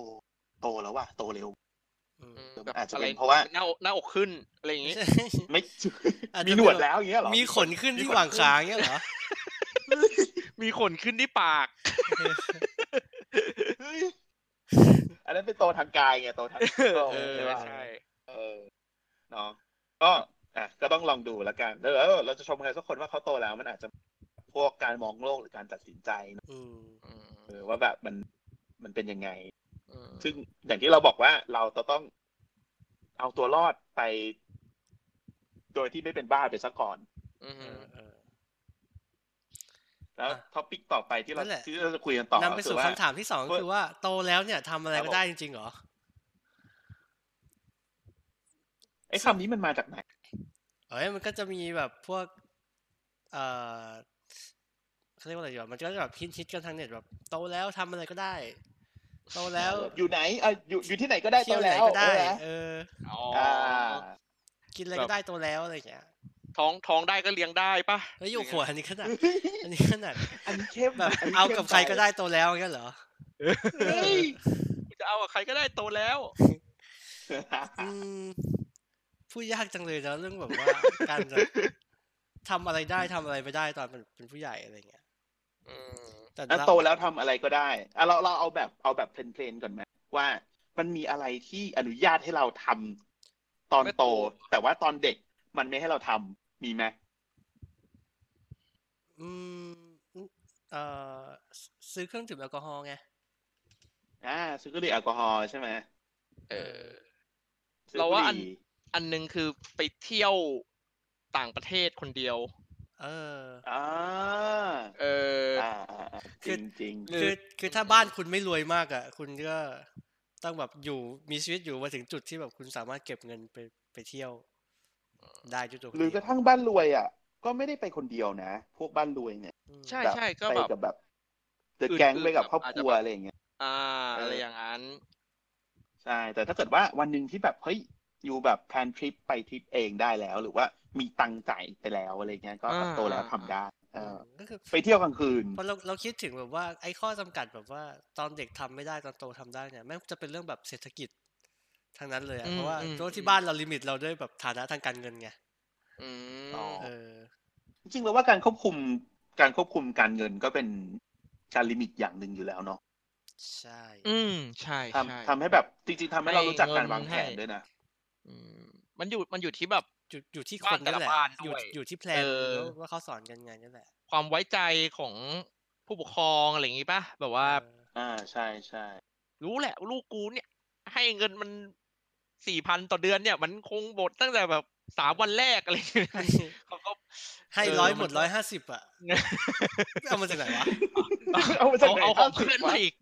โตแล้วว่ะโตเร็ว
อืม
แบบ
อาจจะ
อะไร
เป็นเพราะว่า
หน้าอกหน้าอกขึ้นอะไรอย่างงี้
ไม่
อาจจะ
มีหนวดแล้วอย่างเงี้ยเหรอ
มีขนขึ้นที่
มีขน
หว่างขาอย่างเงี้ยเหรอ
มีขนขึ้นที่ปาก
เฮ้ยอันนั้นเป็นโตทางกายไงโตทางโต
เออ
ใช่ปะ
ใช่
เออเนาะก็อ่ะก็ต้องลองดูละกันแล้วแล้วเราจะชมใครสักคนว่าเขาโตแล้วมันอาจจะพวกการมองโลกหรือการตัดสินใจเนอะ
อืม
เออว่าแบบมันมันเป็นยังไง
ซึ่
ซึ่
ง
งอย่างที่เราบอกว่าเราจะต้องเอาตัวรอดไป โดยที่ไม่เป็นบ้าไปซะก่อน
เออเออ
แล้ว
อ่ะ
ท็อปิกต่อไปที่เรา
นั่นแหละ
ที่เราจะคุยกันต่อน
ำไปสู่
คือว่า
คำถามที่สอง
เพื่อ
คือว่าโตแล้วเนี่ยทำอะไร
ครับ
ก็
ผม
ได้จริงๆเหรอ
ไอ้คำนี้มันมาจากไหน
เอ้ยมันก็จะมีแบบพวก เอ่อเขาเรียกว่าอะไรดีวะมันก็จะแบบฮิตๆกันทางเน็ตแบบ โตแล้วทำอะไรก็ได้ โตแล้ว
อยู่ไหนเอ่ะอยู่อยู่ที่ไหนก็ได้
เที่ยวไหน
โตแล้ว
ก็ได้
เออนะ
เออ
อ๋อ
อ่า
กินอะไรก็ได้โตแล้วอะไรอย่างเงี้ย
ท้องท้องได้ก็เลี้ยงได้ปะ
แล้วอยู่ขวอันนี้ขนาดอันนี้ขนาด
อันนี้เข้ม
แบบ
นนี้
เอา
ข้ม
กับใครก็ได้โตแล้วอย่างเงี้ยเหรอ
เฮ้ย
กูจะเอากับใครก็ได้โตแล้ว
อืมพูดยากจังเลยนะเรื่องแบบว่า การจะทำอะไรได้ทำอะไรไม่ได้ตอนเป็นเป็นผู้ใหญ่อะไรเงี้ย
อืม
แต่
แล้ว
เรา
โตแล้วทำอะไรก็ได้อะเราเราเอาแบบเอาแบบเพลนๆก่อนไหมว่ามันมีอะไรที่อนุญาตให้เราทำตอนโต แต่ว่าตอนเด็กมันไม่ให้เราทำมีไหม
อืมเอ่อซซื้อเครื่องดื่มแอลกอฮอล์ไง
อ่าซื้อบุหรี่แอลกอฮอล์ใช่ไหม
เออ
ซื้อ
เรา
บุ
ว่า
ห
อัน
รี่
อันหนึงคือไปเที่ยวต่างประเทศคนเดียว
เออ
อ่า
เออ
อ่าอ่าอ่า
คื
จริ
อ
งจริง
หรื
คือ อคือถ้าบ้านคุณไม่รวยมากอ่ะ คุณก็ต้องแบบอยู่มีชีวิตอยู่มาถึงจุดที่แบบคุณสามารถเก็บเงินไปไปเที่ยว ได้ด้วยตัวคุ
ๆ
ณ
หรือก
เอง
ระทั่งบ้านรวยอ่ะ ก็ไม่ได้ไปคนเดียวนะ พวกบ้านรวยเนี่ย
อืม
ใช่
แบบ
ใช่ก็
ไป
แบบ
กับแบบเดอะ
อื่นๆ
แก๊งไปกับ
แบบ
ครอบ
อาจ
ค
จะ
รัว
แบบ
อะไรอย่างเงี้ย
อ่า
เอออ
อะไรอย่างนั้น
ใช่ แต่ถ้าเกิดว่าวันหนึ่งที่แบบเฮ้ยอยู่แบบแพลนทริปไปทริปเองได้แล้ว หรือว่ามีตังค์จ่ายไปแล้วอะไรเงี้ยก็
อ่า
โตแล้วทำได้เออ
ก็คือ
ไปเที่ยวกลางคืน
พอเราเราคิดถึงแบบว่าไอ้ข้อจำกัดแบบว่าตอนเด็กทำไม่ได้ตอนโตทำได้เนี่ยแม่งจะเป็นเรื่องแบบเศรษฐกิจทางนั้นเลยอะ
อืม
เพราะว่า
อืม
เพราะว่าที่
อืม
บ้านเราลิมิตเราด้วยแบบฐานะทางการเงินไง
อืม
อ๋อ
เออ
จริงๆแล้วว่าการควบคุมการควบคุมการเงินก็เป็นการลิมิตอย่างหนึ่งอยู่แล้วเนาะ
ใช่
อืมใช่
ทำ
ใช่
ทำให้แบบจริงๆทำให้เรารู้จักการวางแผน
ให้
ด้วยนะ
อืมมันอยู่มันอยู่ที่แบบ
อยู่อยู่ที่ค
บ้าน
น
แต่
นั่น
ละ
แหละ
บ้าน
อยู่
ด้วย
อยู่ที่แพลน
เออ
แล้วว่าเขาสอนกันไงนั่นแหละ
ความไว้ใจของผู้ปกครองอะไรอย่างงี้ป่ะแบบว่า
เออ
อ่าใช่ใช่
รู้แหละว่าลูกกูเนี่ย ให้เงินมัน สี่พันต่อเดือนเนี่ย มันคงบทตั้งแต่แบบสามวันแรกอะไรอย่างเงี้ยเขาก็
ให้
เออ
ร้อยหม
มั
ด
น
ร้อยห้าสิบอ่ะเอามาจากไหนวะ
เอา
มาจาก
เอา
ไหน
เอา ของเพื่อน
50วะ
มาอีก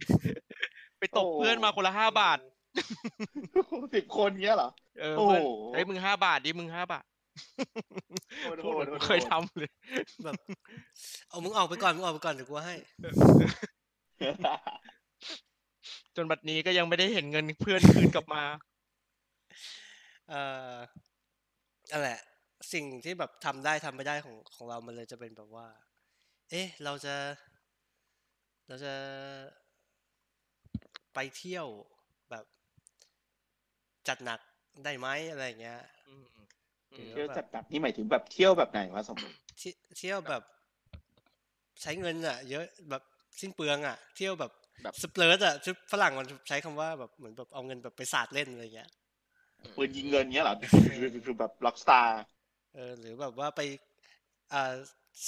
ไปตกเพื่อนมาคนละห้าบาท
สิบคนเงี้ยเหรอ
เออ
โอ้
เพื่อน
โห
เฮ้ยมึงห้าบาทดิมึงห้าบาท
โอ้โห
พูดเหมือนกู
โอ้โห
เคยทำเลย
แบบเอามึงออกไปก่อนมึงออกไปก่อนเดี๋ยวกูให้
จนบัดนี้ก็ยังไม่ได้เห็นเงินเพื่ อนคืนกลับมา
เอ่อนั่นแหละ สิ่งที่แบบทำได้ทำไม่ได้ของของเรามันเลยจะเป็นแบบว่า เอ๊ะ เราจะ เราจะไปเที่ยวแบบ จัดหนักได้ไหมอะไรอย่างเงี้ย อืม
เที่ยวจัดแบบนี่หมายถึงแบบเที่ยวแบบไหนวะสมมติ
เที่เที่ยวแบบ ใช้เงินอ่ะ เยอะแบบสิ้นเปลืองอ่ะ เที่ยวแบบ
แบบ
สเปลิร์ตอ่ะชุดฝรั่งมันใช้คำว่าแบบเหมือนแบบเอาเงินแบบไปสาดเล่นอะไรอย่างเงี้ย
ปืนยิงเงินเงี้ยเหรอคือแบบล็อกสตาร์
เออหรือแบบว่าไปอ่า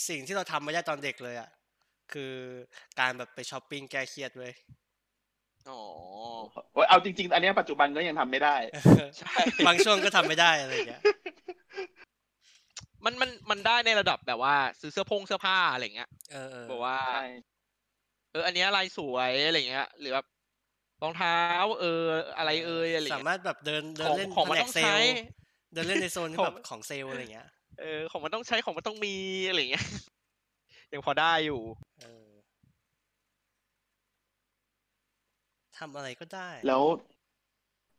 สิ่งที่เราทำไม่ได้ตอนเด็กเลยอ่ะ คือการแบบไปช้อปปิ้งแก้เครียดเว้ย
อ๋อ
โอ้ยเอาจริง ๆ อันเนี้ยปัจจุบันก็ยังทำไม่ได้
ใช่
บางช่วงก็ทำไม่ได้อะไรอย่างเงี้ย
มันมันมันได้ในระดับแบบว่า ซื้อเสื้อพงเสื้อผ้าอะไรเงี้ย
เออเออ
บอกว่า
ใช่
เออ อันเนี้ยลายสวยอะไรเงี้ย หรือแบบรองเท้า เออ อะไรเอยอะไร
สา
เงี้ย
มารถแบบเดินเดิ
ข
น
อง
เล่น
ของมัน
แผนก
ต้อง
เซล
ใช้
ล์เดินเล่นในโซน
ของ
แบบของเซลล์อะไรอย่างเงี้ย
เออ ของมันต้องใช้ของมันต้องมีอะไรเงี้ย ยังพอได้อยู่
เออทำอะไรก็ได้
แล้ว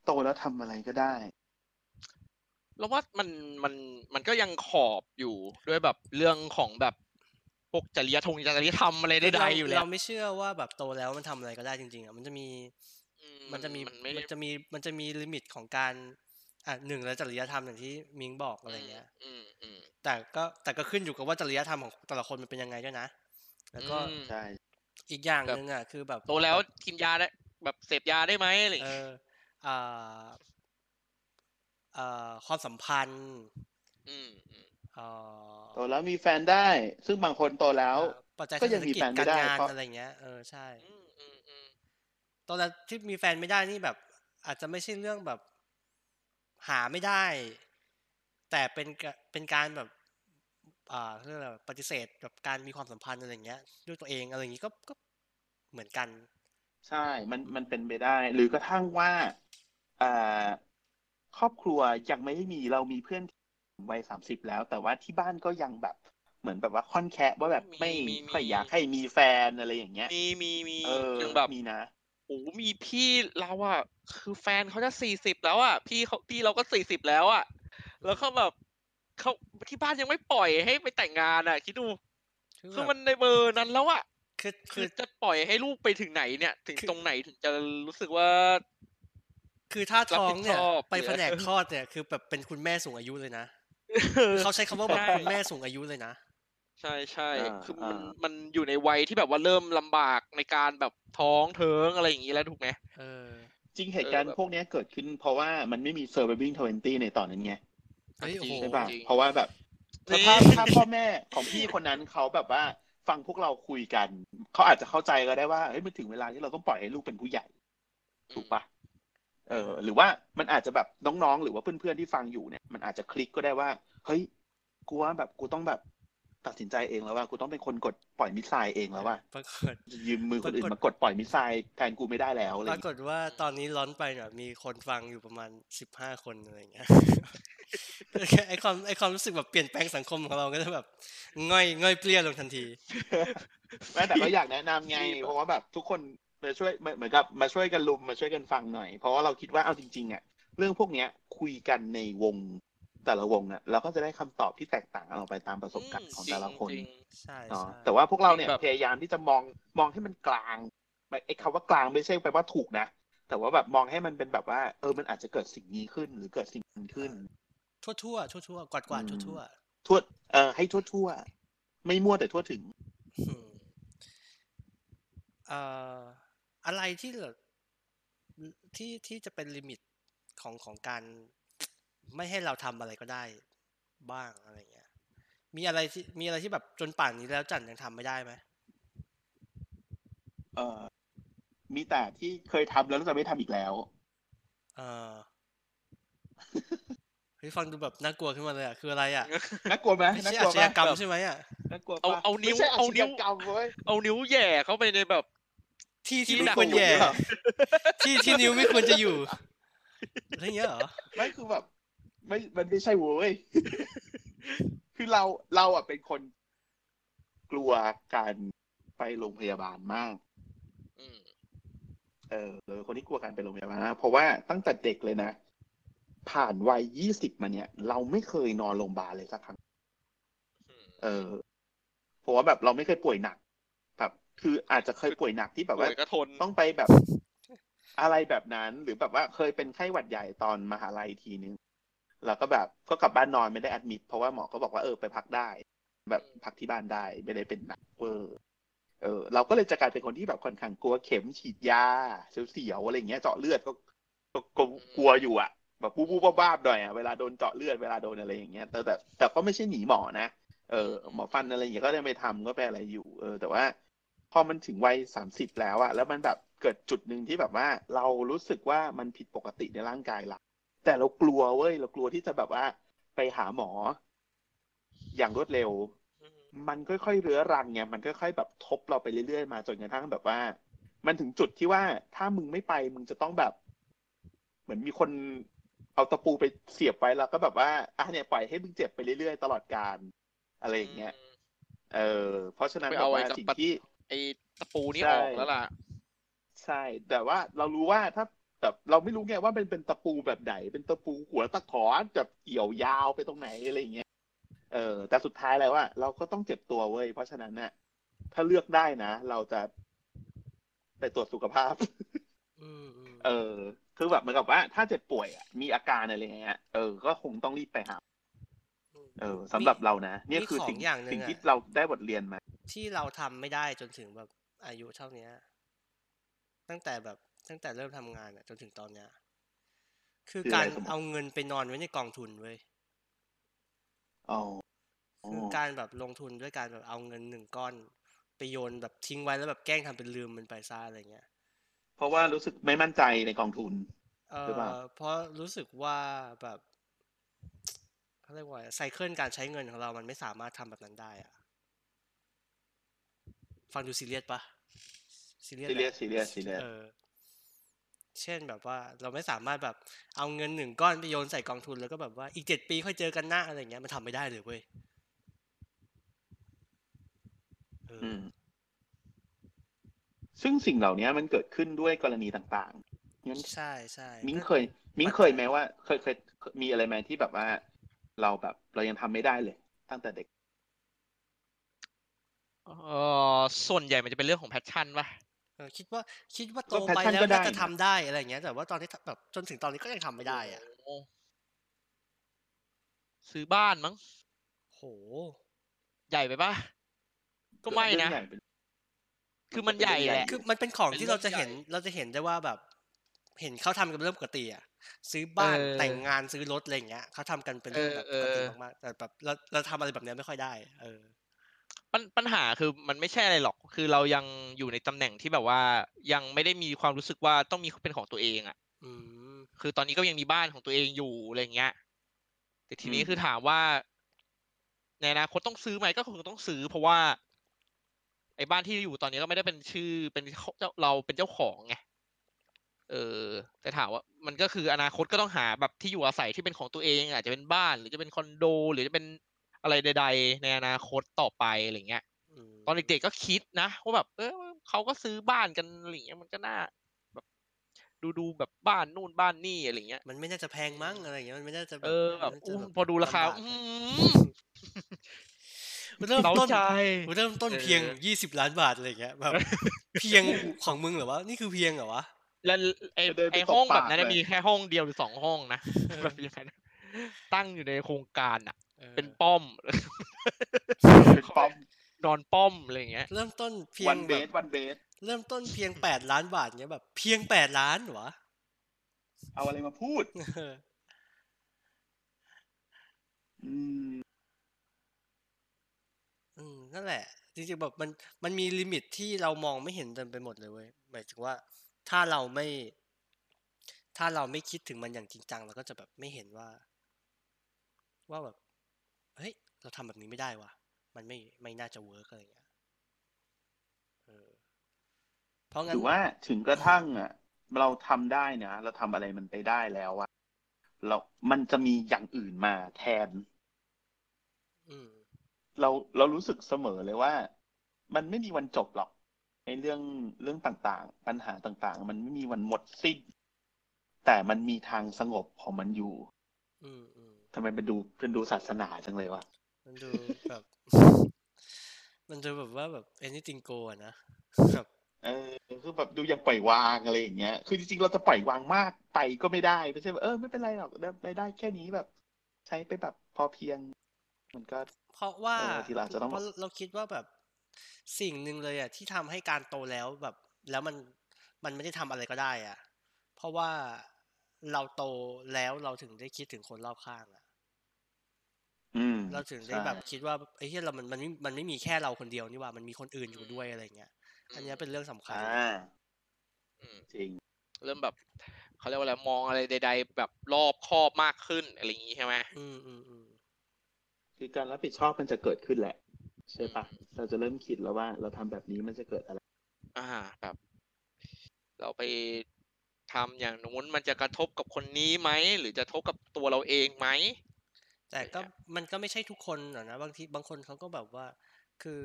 โตแล้วทำอะไรก็ได้
แล้วว่ามันมันมันก็ยังขอบอยู่ด้วยแบบเรื่องของแบบพวกจริยธงจริยธรรมอะไร
คือ
ใด
เรา
ๆอยู่แล้ว
เราไม่เชื่อว่าแบบโตแล้วมันทำอะไรก็ได้จริงๆอ่ะมันจะมี
อื
มันจะมี
มันไม่
มันจะมีมันจะมีลิมิตของการอ่ะหนึ่งแล้วจริยธรรมอย่างที่มิงบอกอะไรเงี้ย
อืมอืม
แต่ก็แต่ก็ขึ้นอยู่กับว่าจริยธรรมของแต่ละคนมันเป็นยังไงด้วยนะ แล้วก็
อืม
ใช่
อีกอย่าง
แบบ
หนึ่งอ่ะคือแบบ
โตแล้วกินยาได้แบบเสพยาได้ไหมอะไรอย่าง
เอ
เงี้ย
ออ่าเอ่อความสัมพันธ์
อืมอืม
เอ่
โต
อ
แล้วมีแฟนได้ ซึ่งบางคนโตแล้ว
อ่าปัจจัย
ก็
ทางเศรง ษ
ยั
ฐ
มี
กิจ
แฟนไม่
การ
ได้
งาน
เพราะ
อะไรเงี้ยเออใช่
อืมอืมอืม
ตอนแรกที่มีแฟนไม่ได้นี่แบบ อาจจะไม่ใช่เรื่องแบบ หาไม่ได้ แต่เป็นกะเป็นการแบบ อ่าเรื่องอะไรวะปฏิเสธกับการมีความสัมพันธ์อะไรเงี้ยด้วยตัวเองอะไรอย่างงี้ก็ก็เหมือนกัน
ใช่ มันมันเป็นไปได้ หรือกระทั่งว่าอ่าครอบครัวยังไม่ได้มีเรามีเพื่อนวัยสามสิบแล้ว แต่ว่าที่บ้านก็ยังแบบ เหมือนแบบว่าค่อนแคะว่าแบบไม่
มีมี
ค่อยอยากให้มีแฟนอะไรอย่างเงี้ย
มีมีมี
เออ
ยังแบบ
มีนะ
โอ้มีพี่เราอะคือแฟนเขาจะสี่สิบแล้วอะพี่เขาพี่เราก็สี่สิบแล้วอะแล้วเขาแบบเขาที่บ้านยังไม่ปล่อยให้ไปแต่งงานอะคิดดู
คือ
คือ
แบบ
มันในเบอร์นั้นแล้วอะ
คือ
คื
คือ อ
จะปล่อยให้ลูกไปถึงไหนเนี่ย ถึง
คือ
ตรงไหนถึงจะรู้สึกว่า
คือถ้าท้องเนี่ย
รับผิดชอบ
ไป
หรือ
แผนกคลอดเนี่ยคือแบบเป็นคุณแม่สูงอายุเลยนะ เขาใช้คำว่าแบบ
ใช่
คุณแม่สูงอายุเลยนะ
ใช่ใช่
อ่า
คือมัน
อ่ามั
มันอยู่ในวัยที่แบบว่าเริ่มลำบากในการแบบท้องเทิงอะไรอย่างนี้แล้วถูกไหม
เออ
จริงเหตุการ
เอ
ณ์
อแบบ
พวกเนี้ยเกิดขึ้นเพราะว่ามันไม่มีเซอร์ v บ v ิ n งทเวนตี้ในตอนนั้นไง
เฮ้ยโอ้โห
ใช่ป่ะ
จริง
เพราะว่าแบบ
จริ
ถ้าง ภาพภาพพ่อแม่ของพี่คนนั้นเขาแบบว่าฟังพวกเราคุยกันเขาอาจจะเข้าใจก็ได้ว่าเฮ้ยมันถึงเวลาที่เราต้องปล่อยให้ลูกเป็นผู้ใหญ่ถูกปะเออ หรือว่ามันอาจจะแบบน้องๆ หรือว่าเพื่อนๆที่ฟังอยู่เนี่ย มันอาจจะคลิกก็ได้ว่า เฮ้ยกูว่าแบบกูต้องแบบตัดสินใจเองแล้วว่ากูต้องเป็นคนกดปล่อยมิสไซล์เองแล้วว่า
ปรากฏ
ยืมมือคนอื่น
ปรากฏ
มากดปล่อยมิสไซล์แทนกูไม่ได้แล้วอะไร
ป
อย่า
รา
งเงี้
ก
ย
ฏว่าตอนนี้ร้อนไปเนี่ยมีคนฟังอยู่ประมาณสิบห้าคนอะไรอย่างเงี้ ย ไอความไอความรู้สึกแบบเปลี่ยนแปลงสังคมของเราก็จะแบบง่อยง่อยเปรี้ยลงทันที
แม่แต่ก็อยากแนะนำ ไง
รีบอะ
เพราะว่าแบบทุกคนมาช่วยเหมือนเหมือนกับมาช่วยกันลุมมาช่วยกันฟังหน่อย เพราะว่าเราคิดว่าเอาจริงๆอ่ะเรื่องพวกเนี้ยคุยกันในวงแต่ละวงอ่ะเราก็จะได้คำตอบที่แตกต่างกันออกไปตามประสบการณ์ของแต่ละคน
จริง
ใช่
เนาะ
ใช่
แต่ว่าพวกเราเนี่ย
แบบ
พยายามที่จะมองมองให้มันกลางไม่ไอ้คำว่ากลางไม่ใช่แปลว่าถูกนะ แต่ว่าแบบมองให้มันเป็นแบบว่า เออมันอาจจะเกิดสิ่งนี้ขึ้นหรือเกิดสิ่งนั้นขึ้น
ทั่วทั่วทั่วทั่วๆกวาดกวาดทั่วทั่วๆ
ทั่วเออให้ทั่วๆไม่มั่วแต่ทั่วถึง
อืมเอ่ออะไรที่แบบที่ที่จะเป็นลิมิตของของการ ไม่ให้เราทำอะไรก็ได้บ้างอะไรเงี้ย มีอะไรที่มีอะไรที่แบบจนป่านนี้แล้วจันยังทำไม่ได้ไหม
เออมีแต่ที่เคยทำแล้วแล้วจะไม่ทำอีกแล้ว
เออ เฮ้ยฟังดูแบบน่ากลัวขึ้นมาเลยอ่ะคืออะไรอ่ะ
น่ากลัวไหม
ไม่
น่า
ใช่
กลั
อาว ช
ไหม
ญากรรมใช่ไหมอ่ะ
น่ากลัว
เอา
ปะ
เอานิ้ว
ไม่ใช่อา
เอา
ช
นิ้ว
ญากรรมเว้ย
เอานิ้วแหย่เข้าไปในแบบ
ที่ที่
ที่
ไม่
หนัก
ควร
น
แย่
หรือเปล่า
ที่ที่นิ้วไม่ควรจะอยู่อะไรเงี้ยเหรอ
ไม่คือแบบ ไม่มันไม่ใช่เว้ย คือเราเราอ่ะเป็นคนกลัวการไปโรงพยาบาลมาก
อืม
เออคนที่กลัวการไปโรงพยาบาลนะเพราะว่าตั้งแต่เด็กเลยนะ ผ่านวัยยี่สิบมาเนี่ย เราไม่เคยนอนโรงพยาบาลเลยสักครั้ง เออเพราะว่าแบบเราไม่เคยป่วยหนัก แบบ คืออาจจะเคยป่วยหนักที่แบบ
ป่
ว่า
วยก็ทน
ต้องไปแบบอะไรแบบนั้น หรือแบบว่าเคยเป็นไข้หวัดใหญ่ตอนมหาลัยทีนึงแล้วก็แบบก็กลับบ้านนอนไม่ได้แอดมิดเพราะว่าหมอก็บอกว่าเออไปพักได้ แบบพักที่บ้านได้ไม่ได้เป็นหนักเวอร์เออ เราก็เลยจะกลายเป็นคนที่แบบค่อนข้างกลัวเข็มฉีดยาเสียวๆอะไรอย่างเงี้ยเจาะเลือดก็ก็ก็กลัวอยู่อะแบบปูปูบ้าบๆหน่อยอะเวลาโดนเจาะเลือดเวลาโดนอะไรอย่างเงี้ยแต่แต่แต่ก็ไม่ใช่หนีหมอนะ เออหมอฟันอะไรอย่างเงี้ยก็ได้ไปทำก็ไปอะไรอยู่ เออ แต่ว่า พอมันถึงวัยสามสิบแล้วอะแล้วมันแบบเกิดจุดหนึ่งที่แบบว่า เรารู้สึกว่ามันผิดปกติในร่างกายเราแต่เรากลัวเว้ยเรากลัวที่จะแบบว่าไปหาหมอ อย่างรวดเร็ว มันค่อยๆเรื้อรังไงมันค่อยๆแบบทบเราไปเรื่อยๆมาจนกระทั่งแบบว่า มันถึงจุดที่ว่าถ้ามึงไม่ไปมึงจะต้องแบบ เหมือนมีคนเอาตะปูไปเสียบไว้แล้วก็แบบว่าอ่ะเนี่ยปล่อยให้มึงเจ็บไปเรื่อยๆตลอดการอะไรอย่างเงี้ย เออเพราะฉะนั้น
ไป
แบบ
เอาไอ้
ว่า
กับ
สิ่ง
ปะ
ที่
ไอ้ตะปูนี่
ใช่
ออกแล้วล่ะ
ใช่ แต่ว่าเรารู้ว่าถ้าแบบเราไม่รู้ไงว่าเป็นเป็นตะปูแบบไหน เป็นตะปูหัวตะขอแบบเกี่ยวยาวไปตรงไหนอะไรอย่างเงี้ยเออ แต่สุดท้ายแล้วว่าเราก็ต้องเจ็บตัวเว้ยเพราะฉะนั้นน่ะ ถ้าเลือกได้นะ เราจะไปตรวจสุขภาพ
อืมอืม
เออ คือแบบเหมือนกับว่า ถ้าเจ็บป่วยอะมีอาการอะไรอย่างเงี้ยเออก็คงต้องรีบไปหา
ม
เออสำหรับเรานะเนี่ย
มี
คือสิ่ง
ของอย่างหนึ่ง
สิ่ง
อะ
ที่เราได้บทเรียนมา
ที่เราทำไม่ได้จนถึงแบบอายุเท่าเนี้ย ตั้งแต่แบบตั้งแต่เริ่มทำงานอะจนถึงตอนเนี้ย คือ
คืออะ
กา
ไร
ร
สมมุติ
เอาเงินไปนอนไว้ในกองทุนเว้ย
อ๋อ
คืออการแบบลงทุนด้วยการแบบเอาเงินหนึ่งก้อน ไปโยนแบบทิ้งไว้แล้วแบบแกล้งทำเป็นลืมมันไปซะอะไรเงี้ย
เพราะว่ารู้สึกไม่มั่นใจในกองทุน
เอ
หรือเปล่า
อเพราะรู้สึกว่าแบบ เขาเรียกว่าไซเคิลการใช้เงินของเรามันไม่สามารถทำแบบนั้นได้อะฟังดูซีเรียสปะซีเรียส
ซี
แห
เรีย
ละ
สซีเรียสซีเรียส
เออ เช่นแบบว่าเราไม่สามารถแบบเอาเงินหนึ่งก้อนไปโยนใส่กองทุนแล้วก็แบบว่าอีกเจ็ดปีค่อยเจอกันหน้าอะไรอย่างเงี้ยมันทำไม่ได้เลยเว้ยเอออ
อืม ซึ่งสิ่งเหล่านี้มันเกิดขึ้นด้วยกรณีต่างๆงั้น
ใช่ใช่
มิ้ง
ก็
เคย มิ้งเคยไหมว่า เคยเคยเคยมีอะไรไหมที่แบบว่า เราแบบเรายังทำไม่ได้เลย ตั้งแต่เด็ก
เออส่วนใหญ่มันจะเป็นเรื่องของแพชชั่นป่ะ
เออคิดว่าคิดว่าโต
ก็
ไป
passion
แล้ว
ก็ได้
น่าจะ
นะ
ทำได้อะไรอย่างเงี้ย แต่ว่าตอนนี้แบบจนถึงตอนนี้ก็ยังทำไม่ได้อ่ะ
โซื้อบ้านมั้ง
โห
ใหญ่ไปป่ะ ก็ไม่นะ
เรื่องใหญ่เป็น
คือมันใหญ่แหละ
คือมันเป็นของ
เป็น
ที่
เรื่
เรา
อง
จะเห็นเราจะเห็นได้ว่าแบบ เห็นเขาทำกันเป็นเรื่องปกติอ่ะซื้อบ้าน
เออ
แต่งงานซื้อรถอะไรอย่างเงี้ยเขาทำกันเป็นเรื่องแบบ
เอ
ป
อกเอ
ติ
อ
มากๆแต่แบบเราเราทำอะไรแบบเนี้ยไม่ค่อยได้ เออ
ปัญปัญหาคือมันไม่ใช่อะไรหรอก คือเรายังอยู่ในตำแหน่งที่แบบว่า ยังไม่ได้มีความรู้สึกว่าต้องมีเป็นของตัวเองอ่ะ
อืม
คือตอนนี้ก็ยังมีบ้านของตัวเองอยู่อะไรอย่างเงี้ย แต่ทีนี้
อืม
คือถามว่าในอนาคตต้องซื้อไหมก็คงต้องซื้อ เพราะว่า ไอ้บ้านที่อยู่ตอนนี้ก็ไม่ได้เป็นชื่อเป็นเจ้าเราเป็นเจ้าของไง เออ แต่ถามว่า มันก็คืออนาคตก็ต้องหาแบบที่อยู่อาศัยที่เป็นของตัวเองอาจจะเป็นบ้าน หรือจะเป็นคอนโด หรือจะเป็นอะไรใด ๆ ในอนาคตต่อไปอะไรอย่างเงี้ย
อืม
ตอนเด็กๆก็คิดนะว่าแบบเออเขาก็ซื้อบ้านกันอะไรอย่างเงี้ยมันก็น่าแบบดูดูๆแบบบ้านนู่นบ้านนี่อะไรอย่างเงี้ย
มันไม่น่าจะแพงมั้งอะไรอย่างเงี้ยมันไม่น่าจะ
เออแบบ
มันน่าจะ
อู้พอดูราคา
ลำบก
อืม
มันเริ่ม
เรา
ต้น
ใจ
มันเริ่มต้น
เออ
เพียงยี่สิบล้านบาทอะไรอย่างเงี้ยแบบ เพียงของมึงเหรอวะนี่คือเพียงเหรอวะ
แล้วไอ
เดินไป
ไอ
ตบ
ห้องแบ
ปา
บ
ก
นั้นนะ
เลย
มีแค่ห้องเดียวหรือสองห้อง นะแบบอย่างนั้นตั้งอยู่ในโครงการอ่ะ
เออ
เป็นป้อม
เป็นป๊อป
นอนป้อมอะไรอย่างเงี้ย
เริ่มต้นเพีย
วั
ง
นเบ
แบ
ส
บ
วันเบส
เริ่มต้นเพียงแปดล้านบาทเงี้ยแบบเพียงแปดล้านเหรอวะ
เอาอะไรมาพูด
เออ
อืม
อืมนั่นแหละ จริงๆแบบมันมันมีลิมิตที่เรามองไม่เห็นเต็มไปหมดเลยเว้ยหมายถึงว่า ถ้าเราไม่ ถ้าเราไม่คิดถึงมันอย่างจริงจังเราก็จะแบบไม่เห็นว่า ว่าแบบ เฮ้ย เราทำแบบนี้ไม่ได้ว่ะ มันไม่ไม่น่าจะเวิร์กอะไรอย่างเงี้ยเออเพราะงั้
หรื
น
อว่าถึงกระทั่งอ่ะ เราทำได้นะ เราทำอะไรมันไปได้แล้วอ่ะเรามันจะมีอย่างอื่นมาแทน
อืม
เราเรารู้สึกเสมอเลยว่า มันไม่มีวันจบหรอกในเรื่องเรื่องต่างๆ ปัญหาต่างๆ มันไม่มีวันหมดสิ้น แต่มันมีทางสงบของมันอยู่
อืมอืม
ทำไมมันดูเป็นดูศาสนาจังเลยวะ
มันดูแบบ มันดูแบบว่าแบบ anything go อะนะ แบบ
เออคือแบบดูยังปล่อยวางอะไรอย่างเงี้ยคือจริงๆเราจะปล่อยวางมากไปก็ไม่ได้ไม่ใช่ว่าเออไม่เป็นไรหรอกได้รายได้แค่นี้แบบ ใช้ไปแบบพอเพียง มันก็
เพราะว่า
เออทีหลังจะต้อง
เพราะเราคิดว่าแบบสิ่งหนึ่งเลยอ่ะที่ทำให้การโตแล้วแบบ แล้วมันมันไม่ได้ทำอะไรก็ได้อ่ะ เพราะว่าเราโตแล้วเราถึงได้คิดถึงคนรอบข้างอ่ะ
อืม
เราถึงได้
ใช่
แบบคิดว่าไอ้เหี้ยเรามันมันไม่มันไม่มีแค่เราคนเดียวนี่ว่ามันมีคนอื่นอยู่ด้วยอะไรเงี้ย อันเนี้ยเป็นเรื่องสำคัญ
อ่า
อืม
จริง
เริ่มแบบเขาเรียกว่าอะไรมองอะไรใด ๆ แบบรอบคอบมากขึ้นอะไรอย่างงี้ใช่ไหม
อืมอืมอืม
คือการรับผิดชอบมันจะเกิดขึ้นแหละ ใช่ปะ
อืม
เราจะเริ่มคิดแล้วว่า เราทำแบบนี้มันจะเกิดอะไร
อ่าแบบ เราไปทำอย่างนู้นมันจะกระทบกับคนนี้ไหมหรือจะกระทบกับตัวเราเองไหม
แต่ก็
ใช่ครับ
มันก็ไม่ใช่ทุกคนหรอกนะบางทีบางคนเขาก็แบบว่าคือ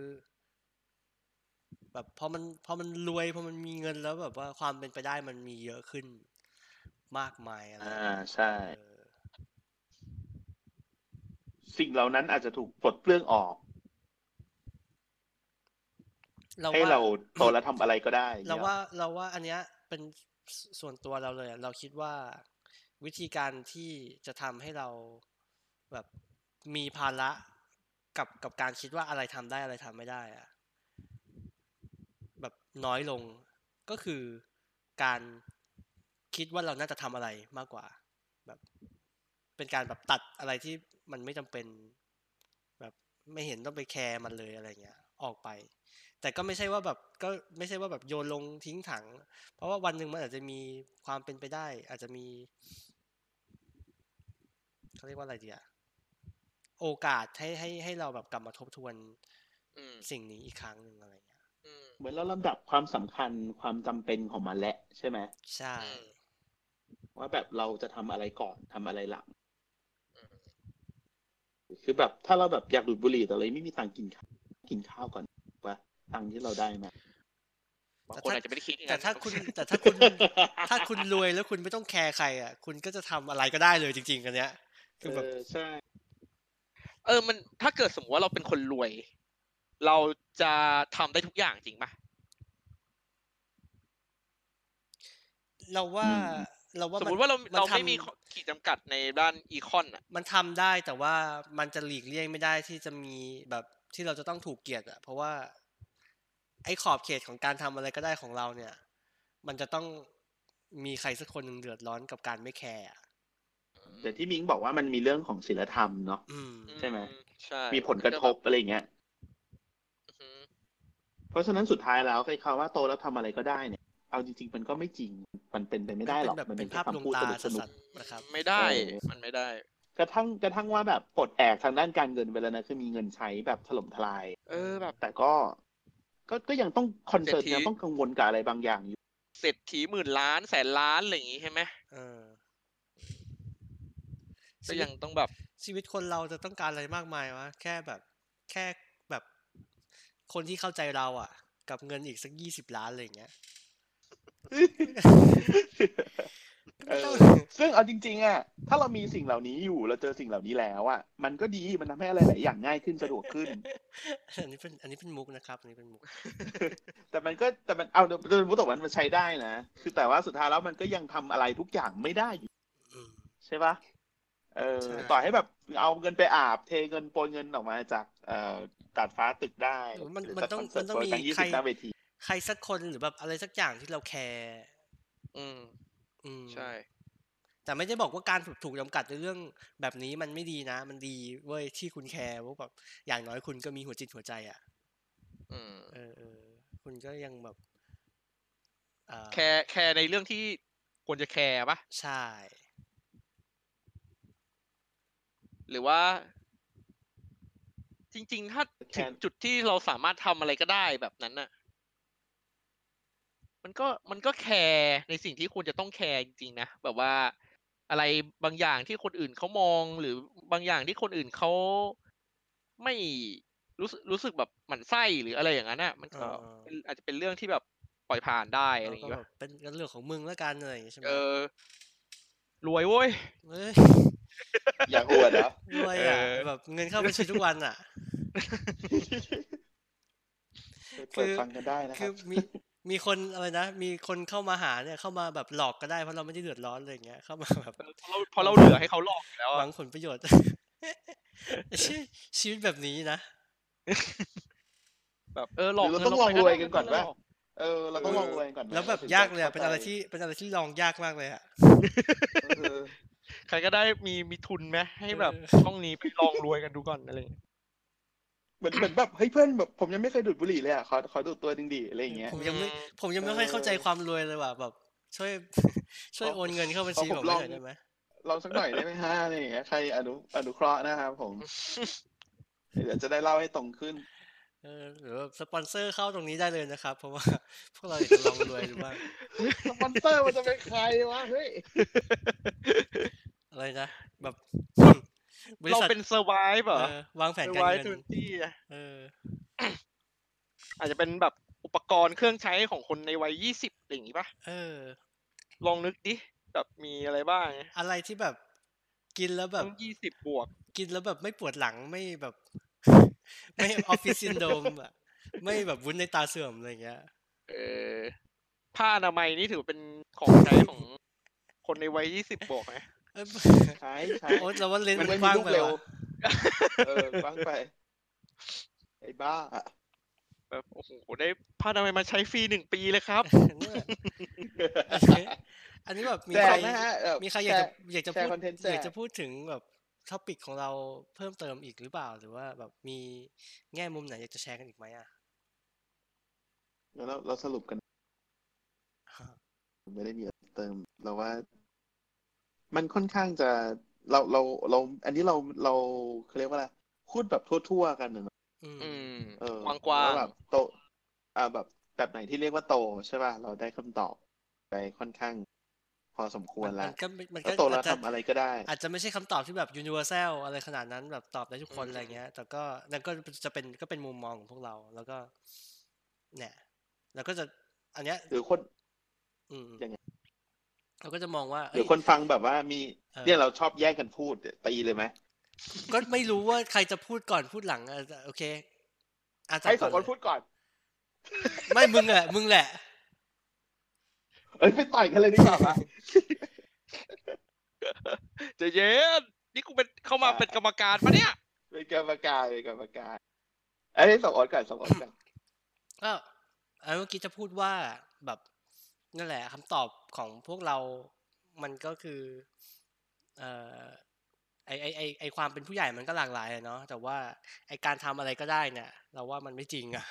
แบบพอมันพอมันรวยพอมันมีเงินแล้วแบบว่าความเป็นไปได้มันมีเยอะขึ้นมากมายอะไร
อ่า
เงี้ย
ใช่
เออ
สิ่งเหล่านั้นอาจจะถูกปลดเปลื้องออก
เรา
ให้
ว่า
เราโตแล้วทำอะไรก็ได้
เราว่าเราว่าอันเนี้ยเป็นสส่วนตัวเราเลยอะเราคิดว่าวิธีการที่จะทำให้เราแบบมีภาระกับกับการคิดว่าอะไรทำได้อะไรทำไม่ได้อะแบบน้อยลงก็คือการคิดว่าเราน่าจะทำอะไรมากกว่า แบบเป็นการแบบตัดอะไรที่มันไม่จำเป็น แบบไม่เห็นต้องไปแคร์มันเลยอะไรเงี้ยออกไป แต่ก็ไม่ใช่ว่าแบบก็ไม่ใช่ว่าแบบโยนลงทิ้งถัง เพราะว่าวันหนึ่งมันอาจจะมีความเป็นไปได้ อาจจะมีเขาเรียกว่าอะไรดีอะโอกาสให้ให้ให้เราแบบกลับมาทบทวน
อืม
สิ่งนี้อีกครั้งหนึ่งอะไรเงี้ย
อืม
เหมือนเราลำดับความสำคัญความจำเป็นของมันแหละใช่ไหม
ใช่
อืม
ว่าแบบเราจะทำอะไรก่อนทำอะไรหลัง
อืม
คือแบบถ้าเราแบบอยากดูดบุหรี่แต่เราไม่มีตังค์กินข้าวกินข้าวก่อนว่าตังค์ที่เราได้มา
บางคนอาจจะไม่ได้คิดอย่ง
แต่
นั้น
ถ้าคุณแต่ถ้าคุณ ถ้าคุณรวยแล้วคุณไม่ต้องแคร์ใครอ่ะคุณก็จะทำอะไรก็ได้เลยจริง ๆ กันเนี้ยคือแบบ
เออใช่
เออมันถ้าเกิดสมมติว่าเราเป็นคนรวย เราจะทำได้ทุกอย่างจริงปะ
เราว่าเราว่า
สม
น
มติว่าเรา
น
เราไม่
ทำ
มีข้อขีดจำกัดในด้านอีคอนอ่ะ
มันทำได้แต่ว่ามันจะหลีกเลี่ยงไม่ได้ที่จะมีแบบที่เราจะต้องถูกเกลียดอะเพราะว่าไอ้ขอบเขตของการทำอะไรก็ได้ของเราเนี่ย มันจะต้องมีใครสักคนหนึ่งเดือดร้อนกับการไม่แคร์อะ
แต่ที่มิงบอกว่ามันมีเรื่องของศีลธรรมเนาะ
อืม
ใช่ไหม
ใช่
มีผลกระทบอะไรอย่างเงี้ย
อือฮึ
เพราะฉะนั้นสุดท้ายแล้วไอ้คำว่าโตแล้วทำอะไรก็ได้เนี่ย เอาจริง ๆ มันก็ไม่จริง มันเป็นไปไม่ได้หรอก
มันเป็นแบบ
มันเป็น
เป็นภา
แค่
พลวง
คำพูด
ตา
สนุกสนุ
สั
ก
ส นะครับ
ไม่ได้
เออ
มันไม่ได้
กระทั่งกระทั่งว่าแบบปลดแอกทางด้านการเงินไปแล้วนะ คือมีเงินใช้แบบถล่มทลาย
เออแบบ
แต่ก็ ก็ก็ยังต้องคอนเซิร์น
เศรษฐี
ยังต้องกังวลกับอะไรบางอย่างอยู่
เศรษฐีหมื่นล้านแสนล้านอะไรอย่างงี้ใช่ไหม
เออ
ก็
ชีวิ
ยั
ต
งต้องแบบ
ชีวิตคนเราจะต้องการอะไรมากมายวะแค่แบบแค่แบบคนที่เข้าใจเราอะกับเงินอีกสักยี่สิบล้านอะไรอย่างเงี้ย
เออซึ่งเอาจริง ๆอ่ะถ้าเรามีสิ่งเหล่านี้อยู่เราเจอสิ่งเหล่านี้แล้วอ่ะมันก็ดีมันทำให้อะไรหลายอย่างง่ายขึ้นสะดวกขึ้น
อันนี้เป็นอันนี้เป็นมุกนะครับอันนี้เป็นมุก
แต่มันก็แต่มันเอาเรื่องมุตกมันมันใช้ได้นะคือแต่ว่าสุดท้ายแล้วมันก็ยังทำอะไรทุกอย่างไม่ได้อยู่
อืม
ใช่ปะเออ
ใช่
ต่อให้แบบเอาเงินไปอาบ เทเงินโปรยเงินออกมาจากเอ่อตัดฟ้าตึกได้
หรือมัน
หรื
มัน
จัด
ต้อง
ค
มั
เสิ
น
ร์ต
ต้อง
โปรย
มี
แบงค์ยี่
ใคร
สิบหน้าเวที
ใครสักคนหรือแบบอะไรสักอย่างที่เราแคร์
อืม
อืม
ใช่
แต่ไม่ได้บอกว่าการถูกถูกจำกัดในเรื่องแบบนี้มันไม่ดีนะ มันดีเว้ยที่คุณแคร์ว่าแบบอย่างน้อยคุณก็มีหัวจิตหัวใจอ่ะ
อืม
เออเออคุณก็ยังแบบอ่า
แคร์แคร์ในเรื่องที่ ควรจะแคร์ปะ
ใช่
หรือว่า จริง ๆ ถ้า
แค
ถึ
ร์
งจุดที่เราสามารถทำอะไรก็ได้แบบนั้นน่ะ มันก็มันก็แคร์ในสิ่งที่ควรจะต้องแคร์จริงๆนะแบบว่าอะไรบางอย่างที่คนอื่นเขามองหรือบางอย่างที่คนอื่นเขาไม่รู้สึกรู้สึกแบบหมั่นไส้หรืออะไรอย่างนั้นน่ะ มันก็
อ่า
เป็นอาจจะเป็นเรื่องที่แบบปล่อยผ่านได้อะไรอย่าง
ก็
เงี้ย
แบบเป็นเรื่องของมึงแล้วกันอะไรอย่างงี้ใช่ไหม
เออรวยเว้ย
เอ้ย
อยากอวดเหรอ
รวยอ่ะ
เออ
แบบเงินเข้าบัญชีทุกวัน อ่ะ
ไปเปิดฟังกันได้นะค
คื
รั
อบ มีมีคนอะไรนะ มีคนเข้ามาหาเนี่ยเข้ามาแบบหลอกก็ได้เพราะเราไม่ได้เดือดร้อนอะไรอย่างเงี้ยเข้ามาแบบ
เออเพราะเราเพราะเราเหลือให้เขาหลอกอยู่แล้ว
ห
อะ
วังผลประโยชน์ ชีวิตชีวิตแบบนี้นะ
แบบเออหลอก
หรือ
งิ
เราต้อง
ไป
ลองรวย
ได้
กันก่อน
ไม่ต้ง
ปะ
หร
เออเราต้องลองเวงก่อนไหม
แล้วแบบ
ถึงจะ
ยากเลยอะ
ข้า
เป็นอะไร
ใจ
ที่เป็นอะไรที่ลองยากมากเลยอะ
เออ
ใครก็ได้มีมีทุนไหมให้แบบ
เออ
ช่องนี้ไปลองรวยกันดูก่อนอะไรอย่างเงี้ย
เหมือนเหมือนแบบเฮ้ยเพื่อนแบบผมยังไม่เคยดูดบุหรี่เลยอ่ะขอขอดูดตัวหนึงดีอะไรอย่างเงี้ย
ผมยังไม่ผมยังไม่ค่อยเข้าใจความรวยเลยว่ะแบบ ช่วย ช่วย
เอา
โอนเงินเข้าบัญชี
เอา
ผ
ผม ม
ห
ล
น่
อ
อง ยได้ไหม
ลองสักหน่อยได้ไหมฮะอะไรอย่างเงี้ยใครอนุอนุเคราะห์นะครับ ผมเดี๋ยวจะได้เล่าให้ตรงขึ้น
เออหรือว่าสปอนเซอร์เข้าตรงนี้ได้เลยนะครับ เพราะ ว่า พวกเราอยากจะลองรวยดูบ้าง
สปอนเซอร์มันจะเป็นใครวะเฮ้ย
อะไรนะแบบ บริ
เรา
ษัท
เป็นเซอร์ไวฟ์เหรอ
เออวางแผ
เซอน ร์
การ
ไวฟ์
เงิ
ทุน
น
ที่
เออ
อาจจะเป็นแบบอุปกรณ์เครื่องใช้ของคนในวัยยี่สิบอย่างงี้ปะ
เออ
ลองนึกดิแบบมีอะไรบ้าง
อะไรที่แบบกินแล้วแบบ
ต้องยี่สิบบวก
กินแล้วแบบไม่ปวดหลังไม่แบบ ไม่ออฟฟิศซินโดมอะไม่แบบวุ้นในตาเสื่อมอะไรอย่างเงี้ย
เออผ้าอนามัยนี่ถือเป็นของใช้ของคนในวัยยี่สิบบวกไหม
เอ้ย
ใช่ใช่
โอ๊ตเราว่าเลนส์
มั
มัน นก
ไม่มี
ว้าง
ลูก
ไป
เร็ว
ว่ะ
เออฟังไป ไอ้บ้า
แบบโอ้โหได้ผ้าอนามัยมาใช้ฟรีหนึ่งปีเลยครับ
เนี่ยอันนี้อันนี้แบบมี
แจ
ใคร
กนะฮะเออ
มีใครอยากจะ
แชร์
อยากจะ
แชร์
พูด
คอนเทนต์แจก
อยากจะพูดถึงแบบท็อปิกของเราเพิ่มเติมอีกหรือเปล่า หรือว่าแบบมีแง่มุมไหนอยากจะแชร์กันอีกไหมอ่ะ
เดี๋ยวเราเราสรุปกัน ไม่ได้มีอะไรเติมเราว่า มันค่อนข้างจะเราเราเรา อันนี้เราเราเขาเรียกว่าอะไรพูดแบบทั่วๆกันนะเนอะ
อืม
อืม
เออก
ว้าง
แบบโตอ่าแบบแบบไหนที่เรียกว่าโตใช่ป่ะเราได้คำตอบไปค่อนข้าง พอสมคว
มั
ร
น
ละ
มันก็ไม่มัน
แล้ว
ก็
โตแล้ว
อาจจะ
ทำอะไรก็ได้
อาจจะไม่ใช่คำตอบที่แบบ universal อะไรขนาดนั้นแบบตอบได้ทุกคนอะไรเงี้ย แต่ก็นั่นก็จะเป็นก็เป็นมุมมองของพวกเรา แล้วก็ เนี่ยเราก็จะอันเนี้ย
หรือคน
อืม
ยังไง
เราก็จะมองว่า
หรือ
เย
คนฟังแบบว่ามี
เออ
เนี่ยเราชอบแย่งกันพูดตีเลยไหม
ก็ไม่รู้ว่าใครจะพูดก่อนพูดหลังอ่ะแต่โอเคอาจจะ
ให้สอง
ก่
ค
อน
น
เลย
พูดก่อน
ไม่มึงแหละมึงแหละ
เอ้ยไปต่อยกันเลยดีกว่าปะ
ใจะเย็นนี่กูเป็นเข้ามา
อ่า
เป็นกรรมการปะเนี่ย
เป็นกรรมการเป็นกรรมการเอันนี้ยสองออนก่อนสองออนก่อน
ก็อันเมื่อกี้จะพูดว่าแบบนั่นแหละคำตอบของพวกเรา มันก็คือเอ่อไอไอไอไอความเป็นผู้ใหญ่มันก็หลากหลายอะเนาะแต่ว่าไอการทำอะไรก็ได้เนี่ย เราว่ามันไม่จริงอะ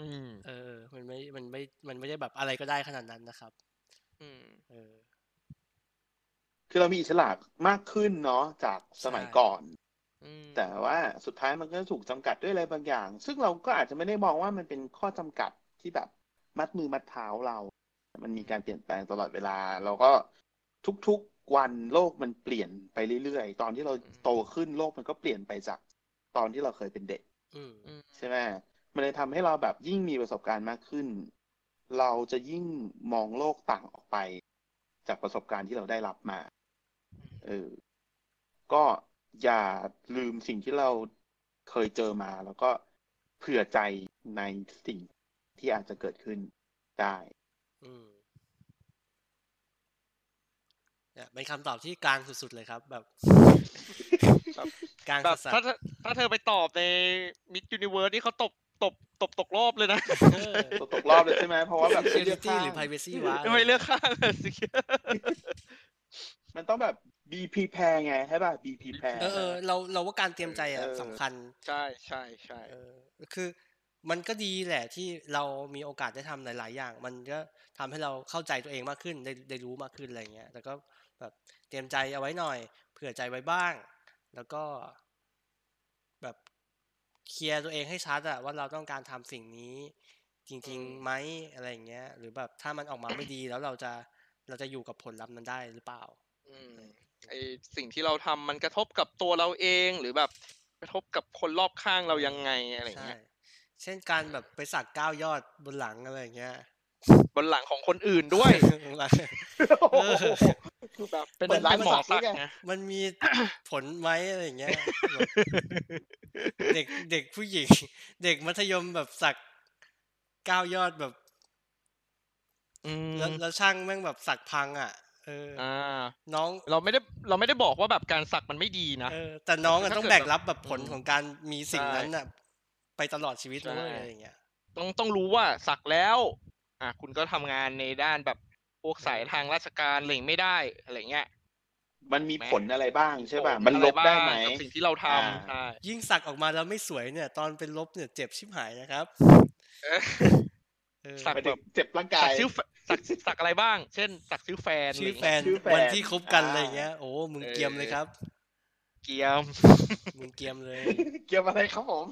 อืม
เออ มันไม่มันไม่มันไม่ได้แบบอะไรก็ได้ขนาดนั้นนะครับ
อืม
เออ
คือเรามีอิสระมากขึ้นเนาะจากสมัย
ใช่
ก่อน
อืม
แต่ว่าสุดท้ายมันก็ถูกจำกัดด้วยอะไรบางอย่าง ซึ่งเราก็อาจจะไม่ได้มองว่ามันเป็นข้อจำกัดที่แบบมัดมือมัดเท้าเรา มันมีการเปลี่ยนแปลงตลอดเวลา เราก็ทุกๆวันโลกมันเปลี่ยนไปเรื่อยๆ ตอนที่เราโตขึ้นโลกมันก็เปลี่ยนไปจากตอนที่เราเคยเป็นเด็ก
อืม
อืม
ใช่ไหมมันเลยทำให้เราแบบยิ่งมีประสบการณ์มากขึ้น เราจะยิ่งมองโลกต่างออกไป จากประสบการณ์ที่เราได้รับมา เออ ก็อย่าลืมสิ่งที่เราเคยเจอมา แล้วก็เผื่อใจในสิ่งที่อาจจะเกิดขึ้นได้
อืมเนี่ยเป็นคำตอบที่กลางสุดๆเลยครับ แบบ กลาง
แบบ
สัส
ถ้าเธอถ้าเธอไปตอบในมิดยูนิเวิร์สนี่เขาตบตบตบตกรอบเลยนะ
ๆเออ
ตกตกรอบเลยใช่ไหมเพราะว่าแบบ
Security
เลือกข้าง
หรือ privacy วะ
ทำ ไมเลือกข้างอะสิ
มันต้องแบบ BP แพรไงใช่ป่ะ BP แพร
เออเออเราเราว่าการเตรียมใจอ่ะ
เออ
สำคัญ
ใช่ใช่ใช่
เออ คือ มันก็ดีแหละที่เรามีโอกาสได้ทำหลาย ๆ อย่าง มันก็ทำให้เราเข้าใจตัวเองมากขึ้นได้ได้รู้มากขึ้นอะไรเงี้ยแต่ก็แบบเตรียมใจเอาไว้หน่อย เผื่อใจไว้บ้าง แล้วก็ แบบเคลียร์ตัวเองให้ชัดอะว่าเราต้องการทำสิ่งนี้ จริง
อืม
ๆไหมอะไรอย่างเงี้ย หรือแบบถ้ามันออกมาไม่ดีแล้วเราจะเราจะอยู่กับผลลัพธ์นั้นได้หรือเปล่า
อืมไอสิ่งที่เราทำมันกระทบกับตัวเราเองหรือแบบกระทบกับคนรอบข้างเรายังไงอะไรอย่าง
ใช่
เงี้ย
เช่นการแบบไปสักเก้ายอดบนหลังอะไรอย่างเงี้ย
บนหลังของคนอื่นด้วย
บนหลัง
โอ้โหคือแบบ
เปิดร้าน
หมอ
สั
สั
ก
ก
นี่ไง
ไง
มัน มี ผลไหมอะไรอย่างเงี้ยแบบเด็กเด็กผู้หญิง เด็กมัธยมแบบสักเก้ายอดแบบแล้วแล้วช่างแม่งแบบสักพังอ่ะ เอออ
อ่า
น้อง
เราไม่ได้เราไม่ได้บอกว่าแบบการสักมันไม่ดีนะ
เออ แต่น้องอะ
ถ้า
ต้อง
เกิด
แบก
แบบ
รับแบบผล
อืม
ของการมีสิ่ง
ใช่
นั้นอ่ะ ไปตลอดชีวิตเลย
ใช่
อะไรอย่างเงี้ย
ต้องต้องรู้ว่าสักแล้ว อ่ะคุณก็ทำงานในด้านแบบพวกสายทางราชการอะไรอย่างงี้ไม่ได้อะไรอย่างเงี้ย
มันมีผลอะไรบ้างใช่ป่ะ
ผ
มัน
อะ
ล
ร
บได้
าง
ไหม
กับสิ่งที่เราท
อ่า
ำใช่
ยิ่งสักออกมาแล้วไม่สวยเนี่ย ตอนเป็นลบเนี่ยเจ็บชิบหายนะครับ
เออ
เออ
สัก
หมายถึงเจ็บร่างกา
สัก
ย
ชื่อแฟสักสักอะไรบ้าง เช่น สักชื่อแฟน
ชื่อแฟน
ชื่อแฟน
วันที่คบกันอะไร
อ่า
เงี้ย โอ้มึงเกรียมเลยครับ
เกียม
มึงเกรียมเลย
เกี่ยวอะไรครับผม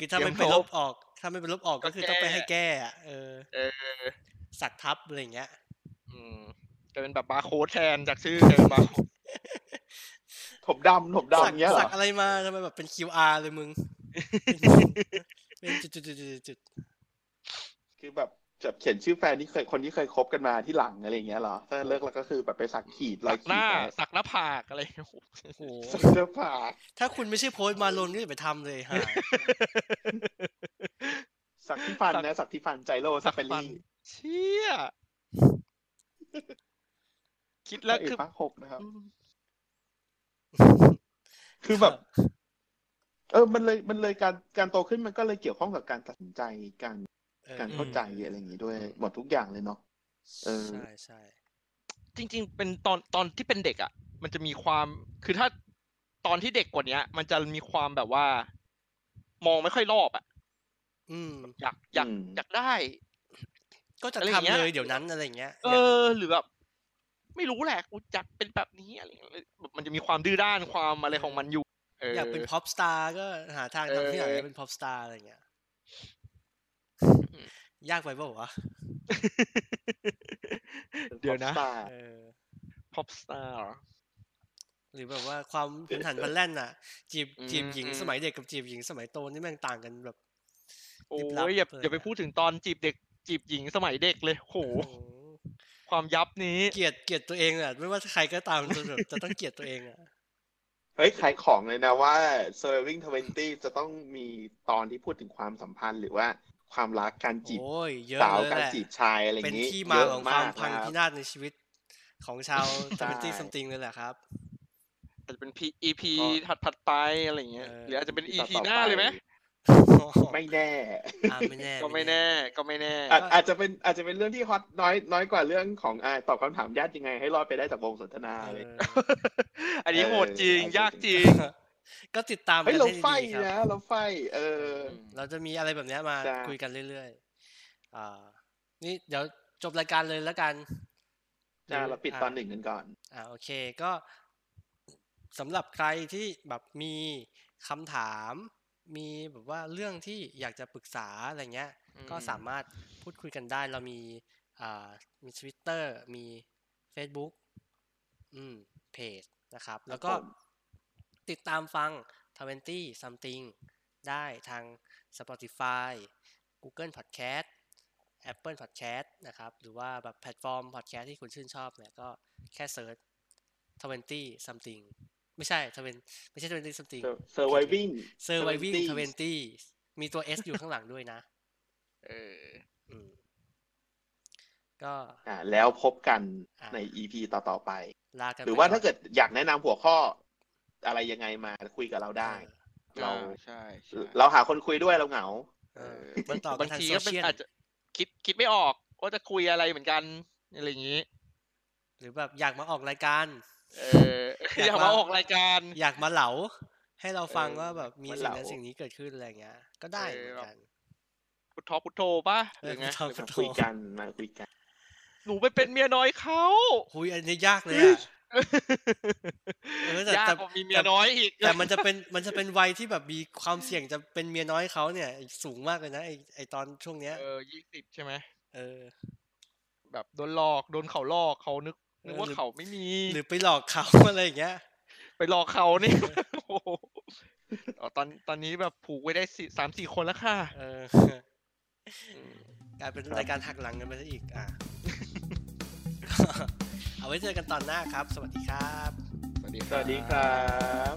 คือถ้า
เตรี
ไม่
ยม
ไป
ร
ล
บบ
ออก ถ้าไม่ไปลบออก
ก็
ก็คือต้องไปให้แก้อะเออ
เอ
สักทับอะไรอย่างเงี้ย
อืมจะเป็นแบบบาร์โค้ดแทนจากชื่อเจอบาร์โค้ด
ถมดำถม
สั
ดำเงี้ยเหร
สั
อ
กอะไรมาทำไมแบบเป็น QR เลย มึง เป็นจุดจุดจุดจุดจุด
คือแบบแบบเขียนชื่อแฟนที่เคยคนที่เคยคบกันมาที่หลังอะไรอย่างเงี้ยเหรอ ถ้าเลิกแล้วก็คือแบบไปสักขีดรอ
สั
ย
ก
ขี
ห
ด
น้า
ไว้
สักหน้าผากอะไรโอ้โห
โอ้โห
สักเสื้อผ้า
ถ้าคุณไม่ใช่โพสต์มาลนก็อย่าไปทำเลยฮะ
สักที่ฟันนะ สักที่ฟันไจโรสเปน
ฟัน
ลี่
เชี่ยคิดแล้ว
พระเก
คือ
ภาคหกนะครับ
อืม
คือแบบ เออ มันเลยมันเลยการการโตขึ้นมันก็เลยเกี่ยวข้องกับการตัดสินใจการ
เออ
การ
อืม
เข้าใจอะไรอย่างงี้ด้วยหมดทุกอย่างเลยเนาะ เออ
ใช่ใช่
จริง ๆ เป็นตอนตอนที่เป็นเด็กอะ่ะ มันจะมีความคือถ้าตอนที่เด็กกว่าเนี้ย มันจะมีความแบบว่า มองไม่ค่อยรอบอะ่ะ
อืม
อยากอยาก
อืม
อยากได้
ก็จะ
อะไรอย่างเงี้
ทำ
ย
เลยเดี๋ยวนั้นอะไรอย่างเงี้ย
เออ หรือแบบไม่รู้แหละกูอยากเป็นแบบนี้อะไรอย่างเงี้ยแบบมันจะมีความดื้อด้านความอะไรของมันอยู่เออ
อ
อ
ยากเป็น พ็อปสตาร์ก็หาทางทำที่ไหน
เออ
ให้เป็นพ็อปสตาร์อะไรอย่างเงี้ย ยากไปเปล่าวะ
เดี๋ยวนะ
ป็ popstar
เออ
พอปสตาร์
หรือแบบว่าความผันหันพันแล่นอ่ะ จีบ
อืม
จีบหญิง
อืม
สมัยเด็กกับจีบหญิงสมัยโตนี่แม่งต่างกันแบบ
โอ้
ลิบลับ
ยอย่า
เลย
อย่าไป
อะ
พูดถึงตอนจีบเด็ก จีบหญิงสมัยเด็กเลยโห
โอ้โห
ความยับนี้
เกลียดเกลียดตัวเองอ่ะไม่ว่าใครก็ตามจะแบบจะต้องเกลียดตัวเองอ่ะ
เฮ้ยขายของเลยนะว่า Serving 20 จะต้องมีตอนที่พูดถึงความสัมพันธ์หรือว่าความรักการจีบ
โอ้ยเยอะ
สาว
เลย
การ
แหละ
จีบชายอะไรอ
เป็น
ย่างงี้
ที่
เย
มา
อะ
ของความพัง
นะ
พิ
ครับ
นาศในชีวิตของชาว
ใช่
จัมเปนตี้ซัมติงเลยแหละครับ
อาจจะเป็นพีอีพี
ก็
ถัดถัดๆไปอะไรอย่างเงี้ย
เออ
หรืออาจจะเป็นอี
ต่
พี
ต่อ
หน้าเลยไหม
ไม่แน่
อ่ะไม่แน่
ก็ไม่แน่ก็ไม่แน่
อาจอาจจะเป็นอาจจะเป็นเรื่องที่ฮอตน้อยน้อยกว่าเรื่องของอ่าตอบคำถามญาติยังไงให้รอดไปได้จากวงสนทนา
เอ
อะไร
อ
อันนี้
เออ
โหดจริง
อาจจะ
ยากจริง
ก็ติดตามกั
เฮ้
น
ยเรา
ให้
ไฟ
ดีๆครับ
นะเราไฟเออ
เออเราจะมีอะไรแบบเนี้ยมา
ใช่
คุยกันเรื่อยๆ อ่า นี่เดี๋ยวจบรายการเลยแล้วกัน
จ้า
หอ
เราปิด
ะ
ตอนหนึ่งกันก่อน
อ่าโอเคก็สำหรับใครที่แบบมีคำถาม มีแบบว่าเรื่องที่อยากจะปรึกษาอะไรเงี้ย
อืม
ก็สามารถพูดคุยกันได้เรามีอ่ามีทวิตเตอร์มี Facebook อืมเพจนะครับ แล้วก็
ผม
ติดตามฟัง 20 something ได้ทาง Spotify Google Podcast Apple Podcast นะครับ หรือว่าแบบแพลตฟอร์ม podcast ที่คุณชื่นชอบเนี่ยก็แค่เซิร์ช20 something ไม่ใช่20ไม่ใช่ 20 something
เซอร์ไววิ่ง
surviving 20 มีตัว s อยู่ข้างหลังด้วยนะ
เออ
อืมก็
อ่าแล้วพบกัน
อ่า
ใน EP ต่อ ๆ ไป
ลากัน
หรือว่า
ไปน
ถ้าเกิดอยากแนะนำหัวข้ออะไรยังไงมาคุยกับเราได้
เรา
เรา
ใช่ใช่
เราหาคนคุยด้วยเราเหงา
เออ
เออ
เออมันต่อกับ
าง
นทาง
ที
โซ
ก็เป็น
เชียล
อาจจะคิดคิดไม่ออกว่าจะคุยอะไรเหมือนกันอะไรอย่างงี้
หรือแบบอยากมาออกรายการ
เออ
อยาก
อยากมา
มา
ออกรายการ
อยากมาเหลาให้เราฟังว่า
เออ
แบบมีสิ่
มา
งนั้น
เหลา
สิ่งนี้เกิดขึ้นอะไรเงี้ย ก็ได้
เอ
เหมื
อ
อนกัน
ทอพุทโธปะห
เอ
รือ อไง
ชอบ
มา
โท
คุยกันมาคุยกัน
หนูไปเป็นเมียน้อยเขา
หุยอันนี้ยากเลยอ่ะ เอ อแต่
ยาก
แต่
กว่ามีเมี
แต่
ยน้อยอีก
แต่มันจะเป็นมันจะเป็นวัยที่แบบมีความเสี่ยงจะเป็นเมียน้อยเขาเนี่ยสูงมากเลยนะไอไอตอนช่วงเนี้ย
เออยี่สิบใช่ไหม
เออ
แบบโดนหลอกโดนเขาหลอกเขานึกนึกว่า
เออหรือ
เขาไม่มี
หรือไปหลอกเขาอะไรอย่างเงี้ย
ไปหลอกเขา นี่ โอ้โหอ๋อตอนตอนนี้แบบผูกไว้ได้สี่สามสี่คนแล้วค่ะ
เออ
อืม
กลายเป็นรายการหักหลังกันไปซะอีกอ่ะ เอาไว้เจอกันตอนหน้าครับ สวัสดีครับ
สวัสดีครับ